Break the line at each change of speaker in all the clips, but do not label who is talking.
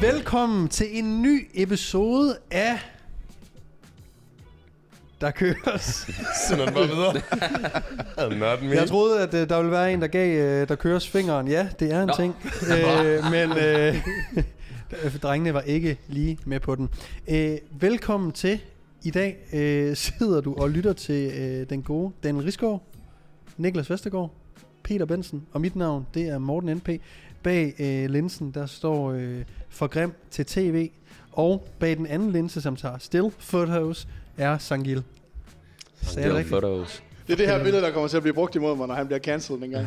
Velkommen til en ny episode af... Der køres.
Sender den bare videre. Not me.
Jeg troede, at øh, der ville være en, der gav, øh, der køres fingeren. Ja, det er en Nå.
Nå.
ting. Øh, men øh, drengene var ikke lige med på den. Øh, velkommen til. I dag øh, sidder du og lytter til øh, den gode Daniel Risgaard, Niklas Vestergaard, Peter Bensen, og mit navn, det er Morten N.P. Bag øh, linsen, der står øh, for grim til tv, og bag den anden linse, som tager still photos, er Sangil. Sagde jeg det
Still
rigtigt?
photos.
Det er det her billede, der kommer til at blive brugt imod mig, når han bliver cancelled en gang.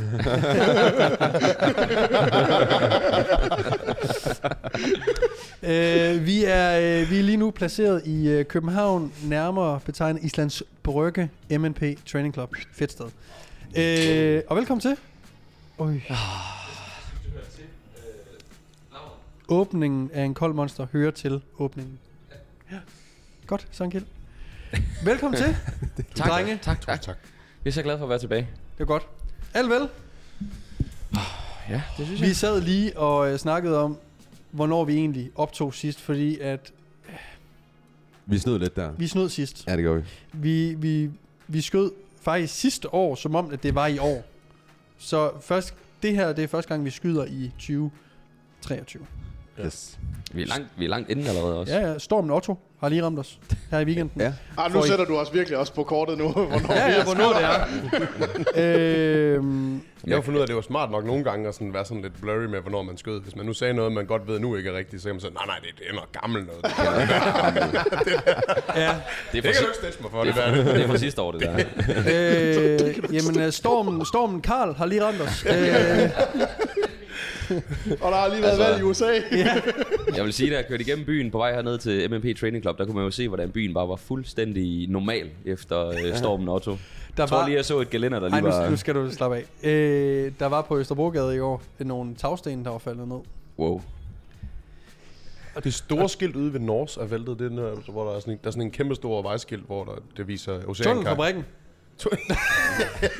Øh, vi, er, øh, vi er lige nu placeret i øh, København, nærmere betegnet Islands Brygge MNP Training Club. Fedt sted. Øh, og velkommen til. Øj. Åbningen af en kold monster hører til åbningen. Ja. Godt, Sankild. Velkommen til.
Tak,
Drenge.
tak, tak, tak. Jeg er så glad for at være tilbage.
Det er godt. Alt vel.
Ja, det synes jeg.
Vi sad lige og øh, snakkede om, hvornår vi egentlig optog sidst, fordi at
Vi snød lidt der.
vi snød sidst.
Ja, det gør vi.
Vi, vi, vi skød faktisk sidste år, som om at det var i år. Så først, det her det er første gang, vi skyder i 2023.
Yes.
Vi er langt, vi er langt inden allerede også.
Ja, ja. Stormen Otto har lige ramt os her i weekenden.
Ja.
Ah,
For
nu
I-
sætter du os virkelig også på kortet nu, hvornår
ja,
vi
ja
er
hvornår det er. øhm,
Jeg har fundet ud af, at det var smart nok nogle gange at sådan være sådan lidt blurry med, hvornår man skød. Hvis man nu sagde noget, man godt ved nu ikke er rigtigt, så kan man sige, nej, nej, det, det er noget gammelt noget. Det, kan,
ja.
Det er
det kan
fra,
du
si-
ikke stitche mig for,
det
det,
er
der.
fra, det er fra sidste år, det der.
Øh, jamen, øh, stormen, stormen Karl har lige ramt os. Øh,
Og der har lige været
Altså-
valg i USA.
Jeg vil sige, da jeg kørte igennem byen på vej herned til MMP Training Club, der kunne man jo se, hvordan byen bare var fuldstændig normal efter øh, stormen Otto.
der
Jeg tror lige, jeg så et gelænder, der
Ej,
lige
nu,
var...
nu skal du slappe af. Øh, der var på Østerbrogade i år nogle tagsten, der var faldet ned.
Wow.
det store skilt ude ved Nors er væltet, det er, der, hvor der er, sådan en, der er sådan en kæmpe stor vejskilt, hvor der, det viser oceankaj.
Tunnelfabrikken.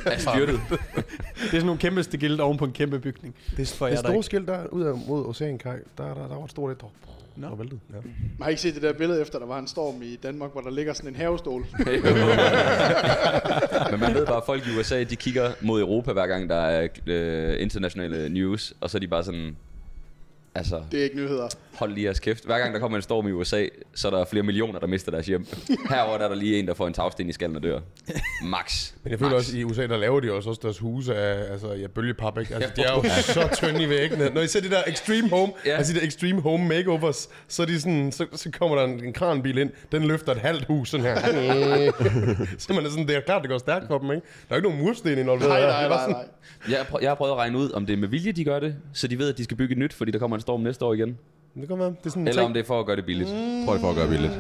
Er styrtet.
Det er sådan nogle kæmpe skilte oven på en kæmpe bygning. Det er for
Det
jer, der
store
ikke.
skilt der ud af, mod oceankaj, der, er der, der var et stort et, der
Nå.
var væltet. Ja.
Man har ikke set det der billede efter, der var en storm i Danmark, hvor der ligger sådan en havestol.
Men man ved bare, at folk i USA, de kigger mod Europa, hver gang der er øh, internationale news, og så er de bare sådan... Altså,
Det er ikke nyheder.
hold lige jeres kæft. Hver gang der kommer en storm i USA, så er der flere millioner, der mister deres hjem. Herover der er der lige en, der får en tagsten i skallen og dør. Max.
Men jeg føler også, at i USA, der laver de også, også deres huse af altså, ja, bølgepap, ikke? Altså, de er jo så tynde i væggene. Når I ser de der Extreme Home,
Ja.
ja. altså de der Extreme Home Makeovers, så, er de sådan, så, så kommer der en, en kranbil ind, den løfter et halvt hus sådan her. så man er sådan, det er klart, det går stærkt for dem, ikke? Der er jo ikke nogen mursten involveret.
Nej,
her. Det
nej,
er bare
nej,
sådan-
nej.
Jeg, har prø- jeg har prøvet at regne ud, om det er med vilje, de gør det, så de ved, at de skal bygge et nyt, fordi der kommer en storm næste år igen.
Det kan være. Det er sådan en
Eller om
ting.
det er for at gøre det billigt.
Prøv lige for at gøre billigt. Ja.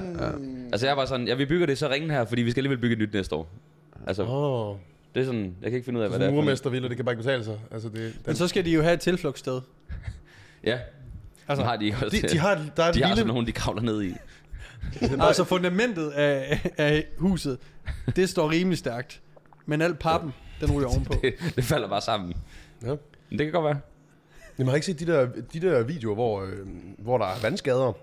Altså jeg var sådan, ja, vi bygger det så ringen her, fordi vi skal alligevel bygge et nyt næste år. Altså,
Åh, oh,
det er sådan, jeg kan ikke finde ud af, hvad det
sådan en
er. for en-
murmestervilla, det kan bare ikke betale sig. Altså, det,
Men
den,
så skal de jo have et tilflugtssted.
Ja. Altså, har de ikke også.
de, de, har, der er et
de har altså
lille...
sådan nogen, de kravler ned i.
Altså fundamentet af, af huset, det står rimelig stærkt. Men alt pappen, den ryger ovenpå.
Det, det falder bare sammen.
Ja.
Men det kan godt være.
Jamen, har I ikke set de der, de der videoer, hvor, øh, hvor der er vandskader,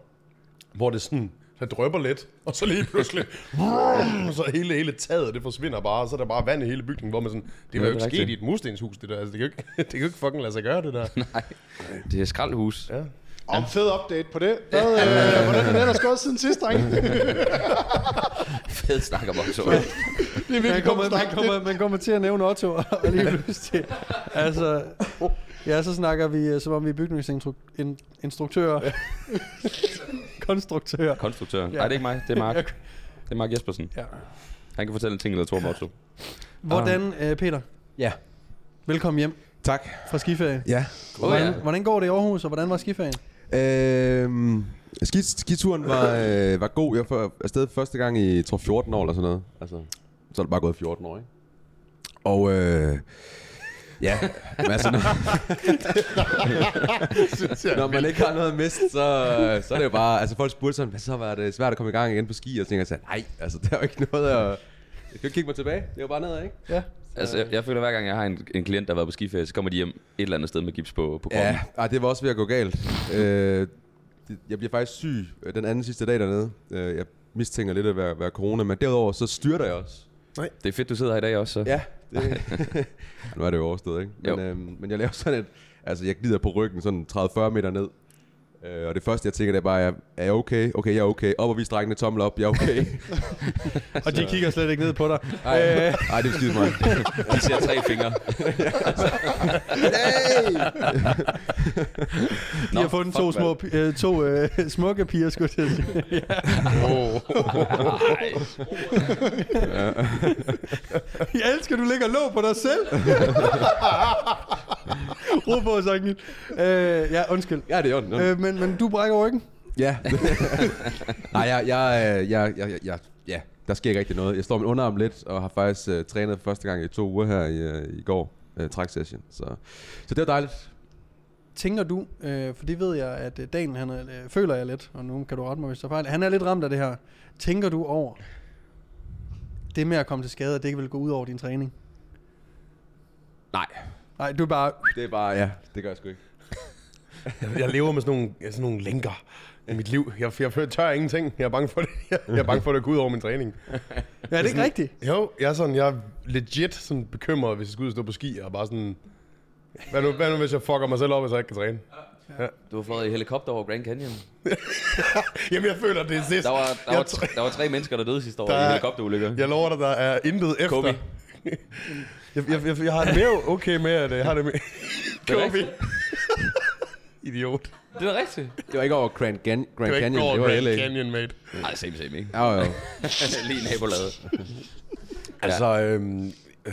hvor det sådan, der drøber lidt, og så lige pludselig, vrum, så hele, hele taget, det forsvinder bare, og så er der bare vand i hele bygningen, hvor man sådan, det var
det
jo
er
ikke
rigtigt.
sket i et murstenshus, det der, altså, det kan jo ikke, det kan jo ikke fucking lade sig gøre, det der.
Det er skraldhus.
Ja.
Om fed update på det. Hvad, øh, hvordan er det ellers gået siden sidst, dreng?
Fed snakker om så.
Det er
Man
virkelig
kommer,
kommet
man,
snak.
kommer,
Det,
man kommer til at nævne Otto og lige pludselig. Altså, ja, så snakker vi, øh, som om vi er bygningsinstruktører. Konstruktører.
Konstruktør. Nej, det er ikke mig. Det er Mark. Det er Mark Jespersen.
Ja.
Han kan fortælle en ting eller to om Otto.
Hvordan, øh, Peter?
Ja.
Velkommen hjem
Tak.
fra skiferie.
Ja.
Hvordan, hvordan går det i Aarhus, og hvordan var skiferien?
Øhm, ski, skituren var, øh, var god. Jeg var afsted første gang i, jeg tror, 14 år eller sådan noget. Altså, så er det bare gået 14 år, ikke? Og øh, ja, men altså, når, når man ikke har noget at miste, så, så er det jo bare, altså folk spurgte sådan, hvad så var det svært at komme i gang igen på ski, og så tænker jeg sådan, nej, altså der er jo ikke noget at, jeg kan jo ikke kigge mig tilbage, det er jo bare nedad, ikke?
Ja.
Altså, jeg, jeg føler, hver gang jeg har en, en klient, der har været på skiferie, så kommer de hjem et eller andet sted med gips på, på kroppen.
Ja,
Ja.
ah, det var også ved at gå galt. Øh, det- jeg bliver faktisk syg øh, den anden sidste dag dernede. Øh, Jeg mistænker lidt at være, være corona, men derudover så styrter jeg også.
Det er fedt, du sidder her i dag også. Så.
Ja, det, nu er det jo overstået, ikke? Men,
Jo.
øhm, men jeg laver sådan et, altså jeg glider på ryggen sådan 30-40 meter ned. Øh, og det første, jeg tænker, det er bare, er jeg- er jeg okay? Okay, jeg er okay. Op og vi strækkende tommel op, jeg er okay.
Og de kigger slet ikke ned på dig. Øh,
Nej, Ej, det er skide mig.
De ser tre fingre.
De har fundet to, små, pi- øh, to øh, smukke piger, skulle jeg til at sige. Jeg elsker, du ligger og lå på dig selv. Ro på, Sagnit. Øh, ja, undskyld.
Ja, det er i orden.
Øh, men, men du brækker ryggen.
Ja. Nej, jeg, jeg, øh, jeg, jeg, jeg, jeg, ja, der sker ikke rigtig noget. Jeg står min underarm lidt, og har faktisk uh, trænet for første gang i to uger her i, uh, i går. Uh, træksession. Så, så det var dejligt.
Tænker du, øh, for det ved jeg, at øh, Dan, han er, øh, føler jeg lidt, og nu kan du rette mig, hvis jeg fejl. Han er lidt ramt af det her. Tænker du over det med at komme til skade, at det ikke vil gå ud over din træning?
Nej.
Nej, du er bare...
Det er bare, ja, det gør jeg sgu ikke.
Jeg, jeg lever med sådan nogle, ja, sådan nogle lænker i mit liv. Jeg, jeg tør ingenting. Jeg er bange for det. Jeg, jeg er bange for, at det går ud over min træning.
Ja, det er ikke rigtigt.
Jo, jeg er sådan, jeg er legit sådan bekymret, hvis jeg skal ud og stå på ski, og bare sådan... Hvad nu, hvad nu hvis jeg fucker mig selv op, hvis jeg ikke kan træne?
Du har fløjet i helikopter over Grand Canyon.
Jamen, jeg føler, det er sidst.
Der var, der,
jeg,
var, tre, der var tre mennesker, der døde sidste år
Der
i
er-
helikopterulykker.
jeg lover dig, der er intet efter.
Kobe.
jeg, jeg, jeg, jeg, har det mere okay med, at jeg har det med...
er
Kobe.
rigtigt.
Idiot.
Det er rigtigt.
Det var ikke over Grand, Gan- Grand
Det var ikke
Canyon,
over
det var
Grand
LA.
Canyon, mate.
Nej, same, same, ikke?
Ja, jo.
Lige nabolade.
Altså, øhm, øh,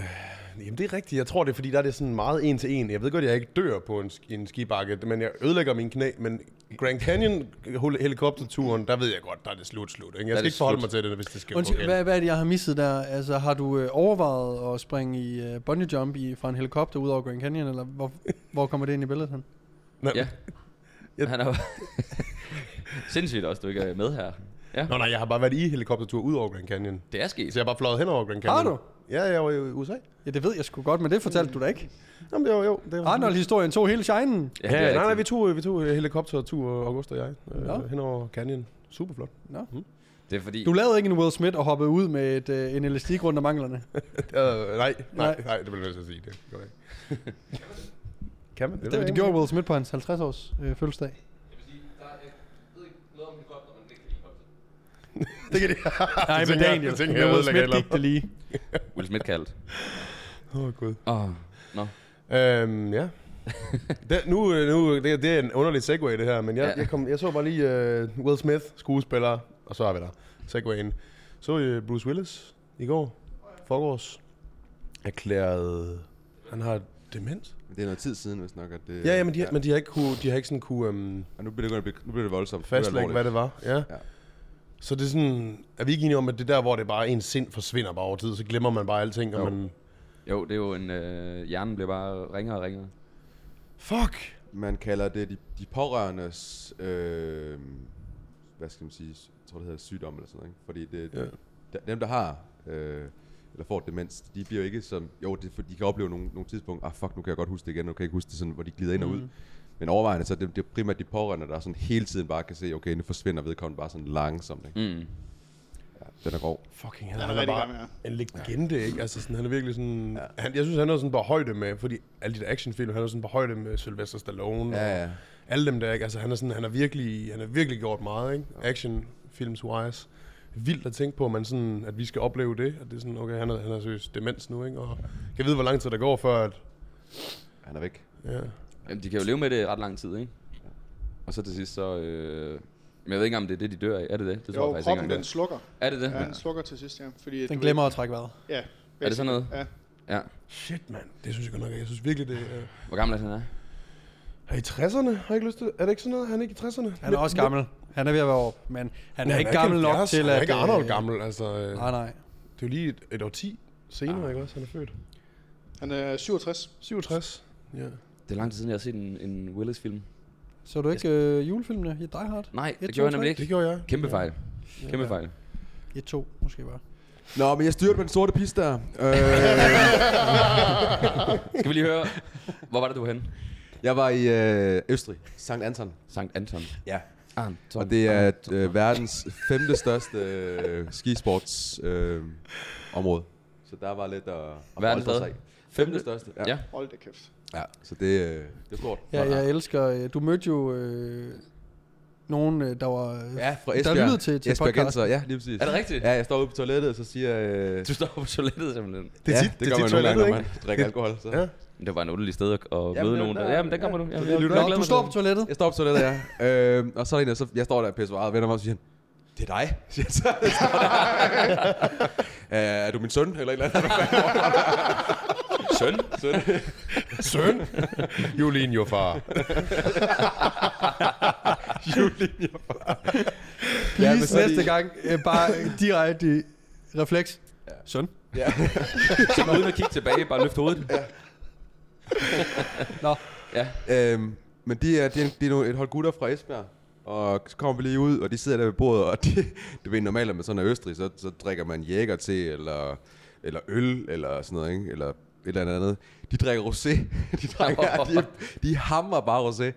jamen det er rigtigt. Jeg tror, det er, fordi der er det sådan meget en til en. Jeg ved godt, jeg ikke dør på en, sk- en skibakke, men jeg ødelægger min knæ. Men Grand Canyon hel- helikopterturen, der ved jeg godt, der er det slut, slut. Ikke? Jeg skal
det
ikke forholde
slut.
mig til det, hvis det skal
Undskyld,
gå
hvad, hvad er det, jeg har misset der? Altså, har du øh, overvejet at springe i øh, bungee jump i, fra en helikopter ud over Grand Canyon, eller hvor, hvor kommer det ind i billedet hen?
Nå,
Ja.
Jeg-
Han er jo... Sindssygt også, du ikke er med her. Ja,
Nå nej, jeg har bare været i helikoptertur ud over Grand Canyon.
det er sket.
Så jeg har bare fløjet hen over Grand Canyon.
Har du?
Ja, jeg var i USA.
Ja, det ved jeg sgu godt, men det fortalte du da ikke.
Jamen, det var jo...
Ah,
Det var
Arnold-historien tog hele shinen.
Ja, det er
Ja, nej, nej,
rigtigt.
vi tog, øh, vi tog helikoptertur, August og jeg, øh,
Nå.
hen over Canyon. Super flot.
Det er fordi...
Du lavede ikke en Will Smith og hoppede ud med et, øh, en elastik rundt om manglerne.
Øh, nej, nej,
Nej.
nej, det bliver jeg nødt til at sige. Det gør jeg ikke. kan man?
Det, det,
ved jeg
det
ikke.
gjorde Will Smith på hans 50-års øh, fødselsdag.
Det kan de.
Nej, men
tænker jeg-
Daniel,
det tænker
men
jeg
Will
ødelægger et
Smith
eller
gik det lige.
Will Smith kaldt.
Åh, oh, gud.
Åh, oh,
Øhm, ja. Det, nu, øh, nu det, det er en underlig segue, det her, men jeg,
Ja.
ja. jeg, kom, jeg så bare lige uh, Will Smith, skuespiller, og så er vi der. Segwayen. Så uh, Bruce Willis i går, forgårs, erklæret, han har demens.
Det er noget tid siden, hvis nok, at det...
Ja, ja, men de, men de har ikke, kunne, de har ikke sådan kunne øhm,
Og nu bliver det, godt at blive- nu bliver det voldsomt. Nu bliver det
fastlægge, hvad
alvorligt.
det var. Ja. ja.
Ja.
Så det er sådan, er vi ikke enige om, at det er der, hvor det bare ens sind forsvinder bare over tid, så glemmer man bare alting, og
Jo.
man,
jo, det er jo en... Øh, hjernen bliver bare ringere og ringere.
fuck,
Man kalder det de, de pårørendes... Øh, hvad skal man sige? Jeg tror, det hedder sygdom eller sådan noget. Ikke? Fordi det,
Ja.
ja. dem, der har... Øh, eller får demens, de bliver jo ikke som... Jo, det, er for de kan opleve nogle, nogle tidspunkter, ah fuck, nu kan jeg godt huske det igen, nu kan jeg ikke huske det sådan, hvor de glider ind og ud. Men overvejende, så er det, det er primært de pårørende, der sådan hele tiden bare kan se, okay, nu forsvinder vedkommende bare sådan langsomt. Ikke?
Mm.
Den er grov.
Fucking hell,
er
han er
rigtig
bare
gammel,
en legende, ikke? Altså sådan, han er virkelig sådan... Ja. Han, jeg synes, han er sådan på højde med, fordi alle de der actionfilm, han er sådan på højde med Sylvester Stallone
Ja,
og
ja.
alle dem der, ikke? Altså han er, sådan, han er virkelig, han er virkelig gjort meget, ikke? Actionfilms wise. Vildt at tænke på, at, man sådan, at vi skal opleve det. At det er sådan, okay, han er, han er seriøst demens nu, ikke? Og jeg ved, hvor lang tid der går, før at...
Han er væk.
Ja.
Jamen, de kan jo leve med det i ret lang tid, ikke? Og så til sidst, så... Øh, men jeg ved ikke, om det er det, de dør af. Er det det? Det tror
Jo,
jeg faktisk ikke
kroppen
engang.
den
det
slukker.
er. Er det det?
Ja, den slukker til sidst, ja. Fordi,
Den glemmer at trække vejret.
Ja.
Er det sådan noget?
Ja.
Ja.
Shit, mand. Det synes jeg godt nok, ikke. jeg synes virkelig, det er...
Hvor gammel er han er?
Er i 60'erne? Har jeg ikke lyst til... Er det ikke sådan noget? Han er ikke i 60'erne?
Han er også gammel. Han er ved at være op, men han er ikke gammel nok
70.
til at...
Han er ikke
øh,
Arnold gammel, altså... øh.
Nej, nej.
Det er jo lige et, et årti senere,
Ah.
ikke også? Han er født.
Han er 67.
67. Ja.
Det er lang tid siden, jeg har set en, en Willis-film.
Så du ikke øh, julefilmene i Die Hard?
Nej,
to,
det gjorde jeg
tre.
nemlig ikke.
Det gjorde jeg.
Kæmpe fejl. Kæmpe fejl.
Et, to, måske bare.
Nå, men jeg styrte på den sorte piste der. Øh,
Skal vi lige høre, hvor var det, du var henne?
jeg var i øh, Østrig, Sankt Anton.
Sankt Anton.
Ja.
Anton.
Og det er øh, verdens femte største øh, skisportsområde. Øh, område. så der var lidt at, at
Verdens
boltre
hvad?
sig i.
Femte
Femte største.
Ja.
Hold da kæft.
ja. Så det, øh, det er stort.
Ja, jeg elsker... øh, Du mødte jo øh, nogen, øh, der var... øh,
Ja, fra
der
Esbjerg.
lyttede til- til
Esbjerg
podcasten.
Genser, ja, lige præcis.
Er det rigtigt?
Ja, jeg står ude på toilettet, og så siger jeg... Øh,
Du står på toilettet simpelthen.
Det er
ja,
tit-
det,
det er
gør
tit
man nogle gange,
toilettet,
når man drikker alkohol. Så.
Ja.
Men Det var en underlig sted at, at møde
det-
nogen. Der,
der-
jamen, der kommer du. Jamen, jeg
Nå,
lytter jeg glæder
du
mig
står
til
på
det.
toilettet.
Jeg står på toilettet, ja. øhm, og så er der en, der så, jeg står der i pissoiret og vender mig om og siger, han, det er dig, siger jeg så. Jeg står der. Øh, er du min søn, eller et eller andet?
Søn.
søn.
Søn! Julien, jo far.
Please
Ja,
ja,
men så er de-
næste gang, øh, bare direkte i refleks. Ja. Søn.
ja.
Som uden at kigge tilbage, bare løft hovedet. Ja.
Nå.
Ja.
øhm, men de er, de, er, de er nogle- et hold gutter fra Esbjerg, og så kommer vi lige ud, og de sidder der ved bordet, og de, du ved, normalt, når man sådan er i Østrig, så, så drikker man jæger til, eller, eller øl, eller sådan noget, ikke? eller et eller andet andet. De drikker rosé. De, drikker, de, de hammer bare rosé.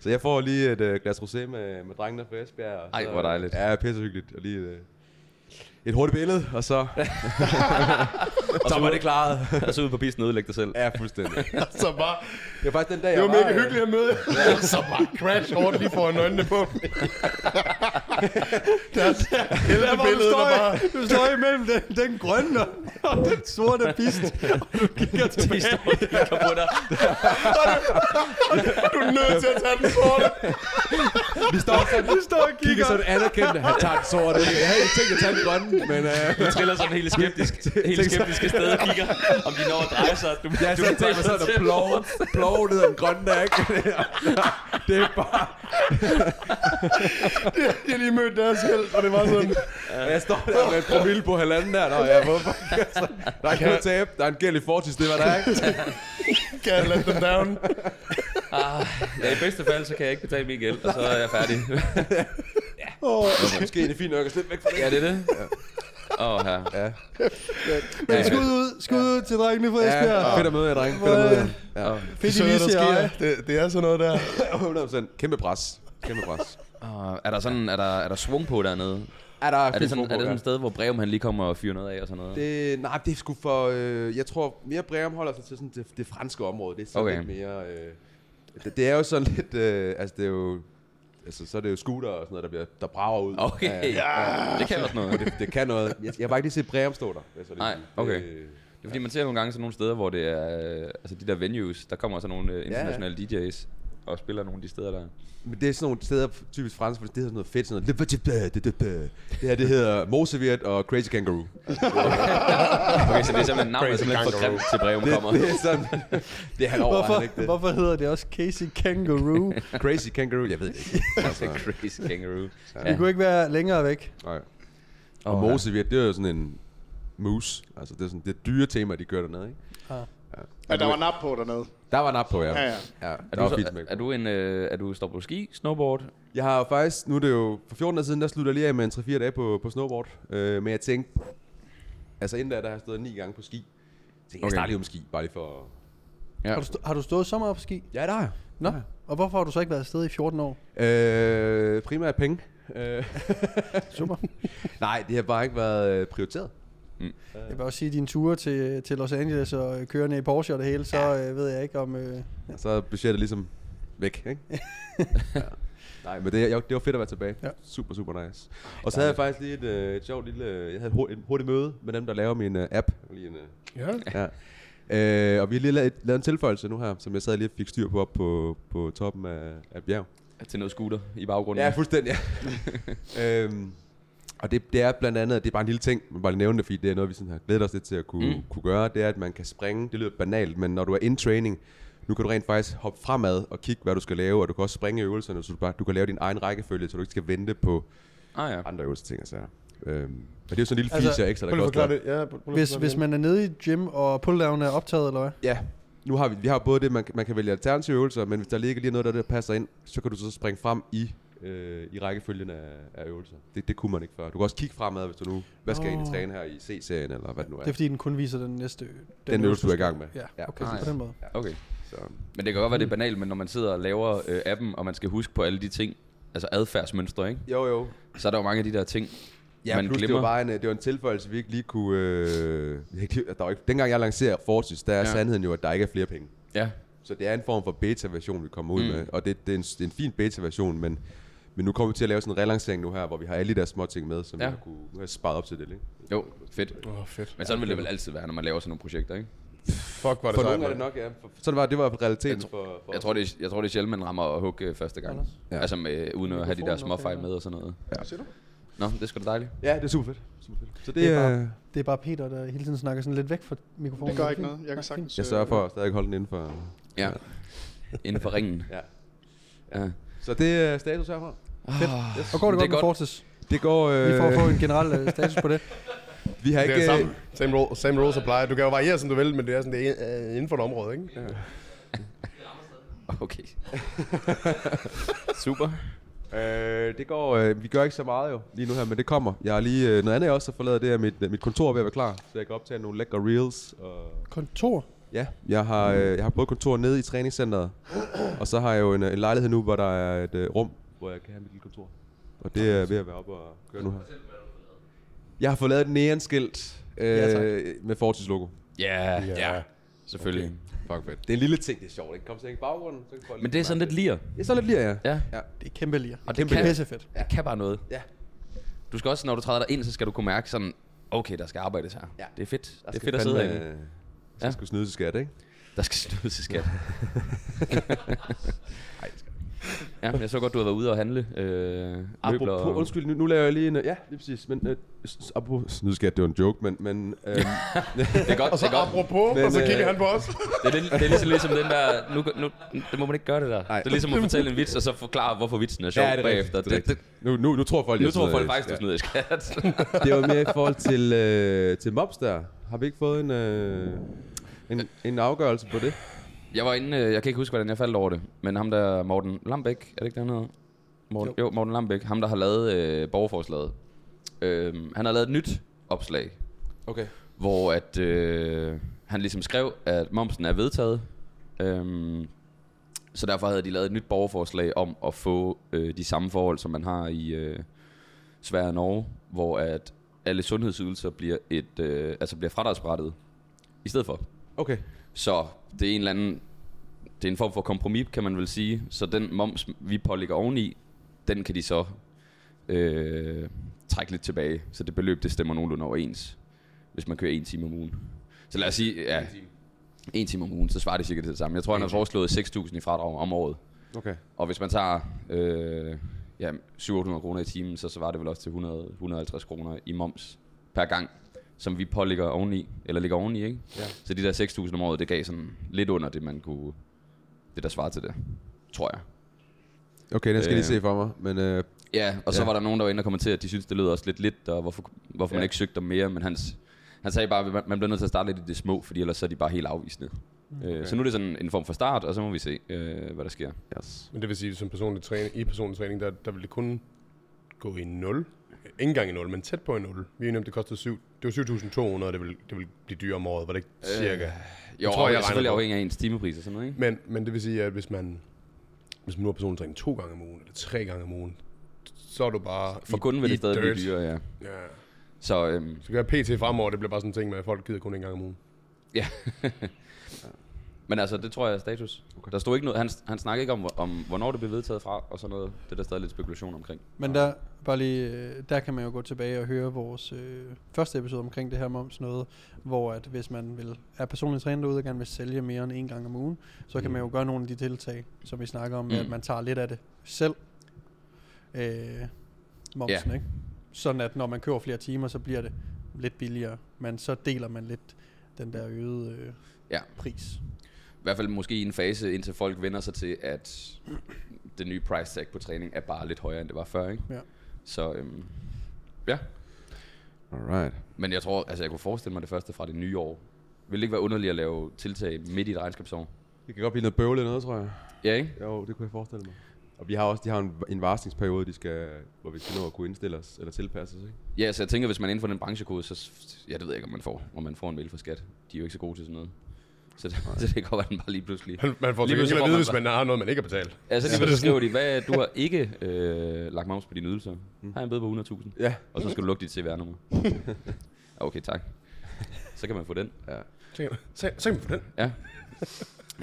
Så jeg får lige et øh, glas rosé med, med drengene fra Esbjerg. og
Ej,
så-
hvor dejligt.
Ja, pissehyggeligt. Og lige et, øh, et hurtigt billede, og så...
Og så var det klaret. Og så ud på pisten og ødelægge dig selv.
Ja, fuldstændig.
Så bare,
Det var faktisk den dag,
det var
jeg
mega hyggeligt at møde. Så bare crash hårdt lige foran øjnene på dem. Deres helvede
Hvor du,
billede,
står,
der bare...
i- du står imellem den, den grønne og- og den sorte pist, og du kigger
De
tilbage.
står og kigger på dig.
Du er nødt til at tage den sorte.
Vi står sådan,
Du står og
kigger
kigger.
sådan anerkendte, han tager den sorte. Jeg havde ikke tænkt at tage den grønne, men øh,
Du triller sådan helt skeptisk. Helt skeptisk af sted og kigger, om de når at dreje sig. Du,
jeg
du
så tænkt mig sådan at plove, plove ned ad den grønne der, ikke? Det er bare...
Jeg har lige mødt deres held, og det var sådan...
Jeg står der med en promille på halvanden der. Nå, ja, hvorfor? Der er ikke noget tab. Der er en gæld i fortis, det var der, ikke?
Kan jeg let them down?
Ja, i bedste fald, så kan jeg ikke betale min gæld, og så er jeg færdig.
Måske er det fint nok at slippe væk fra det.
Ja, det er det. Åh, oh, her.
Ja.
Men skud ud, skud ud til drengene fra Esbjerg.
Ja, fedt at møde jer, drenge. Fedt at møde jer. Ja,
Fedt, I
Så
lige
der
siger hej.
sker. Det, det er sådan noget der.
100%. Kæmpe pres. Kæmpe pres.
Og er der sådan, er der, er der svung på dernede?
Er der
Er det sådan, er det sådan et sted, hvor Breum han lige kommer og fyrer noget af og sådan noget?
Det, nej, det er sgu for... Øh, jeg tror mere Breum holder sig til sådan det, det franske område. Det er sådan
Okay.
okay. lidt mere... Øh, det, det er jo sådan lidt... Øh, altså, det er jo... Altså, så er det jo scooter og sådan noget, der, bliver, der brager ud.
Okay,
Ja,
ja. det kan også noget.
det, det kan noget. Jeg, jeg har bare ikke lige set Breum stå der. vil jeg så lige
Nej,
sige.
okay.
Det, øh,
Det er fordi, man ser nogle gange sådan nogle steder, hvor det er, øh, altså de der venues, der kommer sådan nogle øh, internationale DJ's og spiller nogle af de steder, der...
men det er sådan nogle steder, typisk fransk, for det hedder sådan noget fedt, sådan noget. "Le petit peu, det- det- det." Det her, det hedder Moseviet og Crazy Kangaroo.
Okay, så det er simpelthen navnet er simpelthen for grimt til Breum kommer.
Det er sådan... Det er han over,
Hvorfor,
han ikke det.
hvorfor hedder det også Casey Kangaroo?
Crazy Kangaroo, jeg ved det ikke. Altså,
Crazy kangaroo.
Det kunne ikke være længere væk.
nej. Og
Åh, ja.
Moseviet, det er jo sådan en moose. Altså, det er sådan det dyre tema, de kører dernede, ikke?
Men der var nap på dernede.
Der var en app på, ja.
Ja, ja.
ja
Er
der
du,
var
så,
fint med.
er du en, øh, er du står på ski, snowboard?
Jeg har jo faktisk, nu er det jo for 14 år siden, der slutter jeg lige af med en 3-4 dage på, på snowboard. Øh, men jeg tænkte, altså inden da, der har jeg stået 9 gange på ski. Så tænkte, okay. jeg
Okay.
starter lige om ski, bare lige for...
Ja.
Har du, stå, har du stået så meget på ski?
Ja, der er jeg.
Nå, og hvorfor har du så ikke været afsted i 14 år?
Øh, primært penge. Øh,
Super.
nej, det har bare ikke været øh, prioriteret.
Jeg vil også sige, at dine ture til, til Los Angeles og øh, køre ned i Porsche og det hele, så øh, ved jeg ikke om... Øh,
Ja. Så er budgettet ligesom væk, ikke? ja. Nej, men det, jeg, det var fedt at være tilbage.
Ja.
Ja. Super, super nice. Og så havde jeg faktisk lige et, øh, et sjovt lille... øh, Jeg havde et hurtigt, et hurtigt møde med dem, der laver min øh, app. Lige en, øh,
Ja.
ja. Øh, og vi har lige lavet, lavet en tilføjelse nu her, som jeg sad lige og fik styr på op på, på toppen af, af bjerg.
Til noget scooter i baggrunden?
Ja, fuldstændig. Ja. øhm, og det, det er blandt andet, det er bare en lille ting, man bare lige nævne det, fordi det er noget, vi sådan har glædet os lidt til at kunne, mm. kunne gøre, det er, at man kan springe, det lyder banalt, men når du er in training, nu kan du rent faktisk hoppe fremad og kigge, hvad du skal lave, og du kan også springe i øvelserne, så du, bare, du kan lave din egen rækkefølge, så du ikke skal vente på
Ah ja.
andre øvelser ting og sager. Øhm, men det er jo sådan en lille
Altså,
feature ekstra, der
Prøv lige at
koster-
forklare det. Ja, prøv lige at
hvis,
forklare
hvis
det.
man er nede i et gym, og pulldown er optaget, eller hvad?
Ja, nu har vi, vi har både det, man, kan- man kan vælge alternative øvelser, men hvis der ligger lige noget, der, der passer ind, så kan du så springe frem i, øh, i rækkefølgen af, af øvelser. Det, det kunne man ikke før. Du kan også kigge fremad, hvis du nu, hvad skal jeg egentlig træne her i C-serien, eller hvad det nu er.
Det er fordi, den kun viser den næste... Den,
den øvelse, du er i gang med.
Ja, okay,
Ah,
så
ja.
på den måde.
Okay.
Så,
Men det kan godt være, det er banalt, men når man sidder og laver øh, appen, og man skal huske på alle de ting, altså adfærdsmønstre, ikke?
Jo, jo.
Så er der jo mange af de der ting,
Ja,
man
plus
glemmer.
det var bare en, øh, det var en tilføjelse, vi ikke lige kunne... Øh, vi ikke lige- der var ikke, dengang jeg lancerer Fortis, der er
Ja.
ja. sandheden jo, at der ikke er flere penge.
Ja,
Så det er en form for beta-version, vi kommer ud
Mm.
mm. med. Og det, det, er en, det er en fin beta-version, men, men nu kommer vi til at lave sådan en relancering nu her, hvor vi har alle de der små ting med, som
Ja.
ja. vi har, kunne, vi har sparet op til det. Ikke?
jo, fedt.
Åh, oh, fedt.
Men sådan vil det vel altid være, når man laver sådan nogle projekter, ikke?
Fuck, var det sejt,
For nogle er
mand.
det nok, ja. For, sådan var det var realiteten
Jeg tror-
for, for
Jeg tror, det er, jeg tror, det er sjældent, man rammer hook øh, første gang. Ja.
Ja.
Altså med, uden at have de der
Mikrofonen
små
op,
fejl
ja.
med og sådan noget.
Ja.
Hvad siger du?
Nå, det er sgu da dejligt.
Ja, det er super fedt. Super fedt. Så
Det
det, det
er
er
bare- Det er bare Peter, der hele tiden snakker sådan lidt væk fra mikrofonen.
Det gør
Er
ikke
fint?
noget. Jeg kan
Nej,
sagtens... øh,
jeg sørger for at stadig holde den inden for.
Ja. Inden for ringen.
Ja.
Ja.
Så det er status herfra.
fint. Og går det, det godt
Det er
med
godt.
Fortis?
Det går... Øh,
Vi får få en generel øh, status på det.
vi har
Det
ikke...
er
øh,
samme, same, rule, same rules apply. Du kan jo variere, som du vil, men det er sådan, det er øh, inden for et område, ikke? Ja.
Ah, Okay. Super.
Øh, det går, øh, vi gør ikke så meget jo lige nu her, men det kommer. Jeg har lige øh, noget andet, jeg også har forladet, det er mit, mit kontor er ved at være klar, så jeg kan optage nogle lækre reels. Og
Kontor.
ja, jeg har, øh, jeg har både kontor nede i træningscenteret, og så har jeg jo en, øh, en lejlighed nu, hvor der er et øh, rum, hvor jeg kan have mit lille kontor. Og det er ved at være oppe og køre nu her. Jeg har fået lavet et neonskilt øh,
Ja,
med Fortis logo.
Ja, yeah,
Ja.
yeah. selvfølgelig. Okay. Fuck fedt.
Det er en lille ting, det er sjovt, ikke? Kom så ikke i baggrunden. Så kan folk
Men det er sådan lidt lir.
Det er sådan lidt lige, ja.
Ja.
Det er kæmpe lige.
Og det
det er
kan-
pisse fedt.
Det kan bare noget.
Ja.
Du skal også, når du træder dig ind, så skal du kunne mærke sådan, okay, der skal arbejdes her.
Ja.
Det er fedt.
Der
Det er
skal
fedt at sidde
fandme,
herinde.
øh,
Ja.
Der skal snydes i skat, ikke?
Der skal snydes i skat. ja, men jeg så godt, du har været ude og handle øh, møbler.
Apropos,
og-
undskyld, nu, nu laver jeg lige en... Ja, lige præcis. Men, øh, s- s- apropos, snydeskat, det var en joke, men... men øh,
Det er godt,
Og
det
så
er godt.
apropos,
Men,
og så
øh,
kigger han på os.
Det er, lidt- det er ligesom, ligesom den der, nu, nu, det må man ikke gøre det der.
Nej.
Det er ligesom at fortælle en vits, og så forklare, hvorfor vitsen er sjov
Ja, det er
bagefter.
rigtigt, det er
det, det,
nu, nu, nu tror folk,
nu
jeg
tror
snyder
folk
i
faktisk, du
skat.
snyder i skat.
Det var mere i forhold til, øh, til Mops der. Har vi ikke fået en, øh, en, en afgørelse på det?
Jeg var inde, øh, jeg kan ikke huske, hvordan jeg faldt over det, men ham der, Morten Lambæk, er det ikke den hedder? Morten, jo. jo, Morten Lambæk, ham der har lavet øh, borgerforslaget. Øh, han har lavet et nyt opslag,
Okay.
hvor at, øh, han ligesom skrev, at momsen er vedtaget. Øhm, så derfor havde de lavet et nyt borgerforslag om at få øh, de samme forhold, som man har i øh, Sverige og Norge, hvor at alle sundhedsydelser bliver, et, øh, altså bliver fradragsberettet i stedet for.
Okay.
Så det er en eller anden... Det er en form for kompromis, kan man vel sige. Så den moms, vi pålægger oveni, den kan de så øh, trække lidt tilbage. Så det beløb, det stemmer nogenlunde overens, hvis man kører en time om ugen. Så lad os sige, ja, en time om ugen, så svarer det cirka til det samme. Jeg tror, han har foreslået 6.000 i fradrag om året.
Okay.
Og hvis man tager øh, ja, 700 kroner i timen, så svarer det vel også til 100, 150 kroner i moms per gang, som vi pålægger oveni, eller ligger oveni, ikke?
Ja.
Så de der 6.000 om året, det gav sådan lidt under det, man kunne, det der svarer til det, tror jeg.
Okay, den skal jeg lige
Øh.
se for mig. Men øh,
Ja, og så
Ja.
var der nogen, der var inde og kommenterede, at de synes det lød også lidt lidt, og hvorfor, hvorfor ja. man
Ja.
ikke søgte om mere, men hans, han sagde bare, at man- man bliver nødt til at starte lidt i det små, fordi ellers så er de bare helt afvisende. Okay. Så nu er det sådan en form for start, og så må vi se, øh, hvad der sker.
yes.
Men det vil sige, som personlig træning, i personlig træning, der, der vil det kun gå i 0. Ikke engang i 0, men tæt på i 0. Vi er enige om, det kostede 7. Det var 7.200, det vil, det vil blive dyre om året, var det ikke
Øh.
cirka?
Jo,
tror,
tror,
jeg
jeg er selvfølgelig
regner på.
afhængig af ens timepris og sådan noget, ikke?
Men, men det vil sige, at hvis man, hvis man nu har personlig træning to gange om ugen, eller tre gange om ugen, så er du bare
For
i-
kunden
i
vil det stadig blive
dirt.
dyrere, ja.
Ja.
Så øhm,
Så kan jeg PT fremover, det bliver bare sådan en ting med, at folk gider kun en gang om ugen.
ja. Men altså, det tror jeg er status. Okay. Der stod ikke noget, han, han snakkede ikke om, om, hvornår det blev vedtaget fra, og sådan noget. Det er der stadig lidt spekulation omkring.
Men der, bare lige, øh, der kan man jo gå tilbage og høre vores øh, første episode omkring det her moms noget, hvor at hvis man vil, er personlig træner derude og gerne vil sælge mere end en gang om ugen, så kan man jo gøre nogle af de tiltag, som vi snakker om, med,
Mm.
at man tager lidt af det selv, øh, momsen,
Ja.
ikke? Sådan at når man kører flere timer, så bliver det lidt billigere, men så deler man lidt den der øgede øh,
Ja.
pris.
I hvert fald måske i en fase, indtil folk vender sig til, at det nye price tag på træning er bare lidt højere, end det var før, ikke?
Ja.
Så øhm, ja.
Alright.
Men jeg tror, altså jeg kunne forestille mig det første fra det nye år. Vil det ikke være underligt at lave tiltag midt i et regnskabsår?
Det kan godt blive noget bøvlet noget, tror jeg.
Ja, ikke?
Jo, det kunne jeg forestille mig. Og vi har også de har en, en varslingsperiode, de skal, hvor vi skal nå at kunne indstille os eller tilpasse os, ikke?
Ja, så jeg tænker, hvis man er inden for den branchekode, så... Ja, det ved jeg ikke, om man får. Om man får en mail fra skat. De er jo ikke så gode til sådan noget. Så det, så det kan godt være, den bare lige pludselig...
Man, man får
Lige
til gengæld
pludselig får
at
man
vide, hvis man har noget, man ikke har betalt.
Ja, så lige pludselig skriver de, hvad du har ikke øh, lagt moms på dine ydelser. Har en bøde på 100.000.
Ja.
Og så skal du lukke dit CVR-nummer. okay, tak. Så kan man få den.
Så kan- Så så kan man få den.
Ja.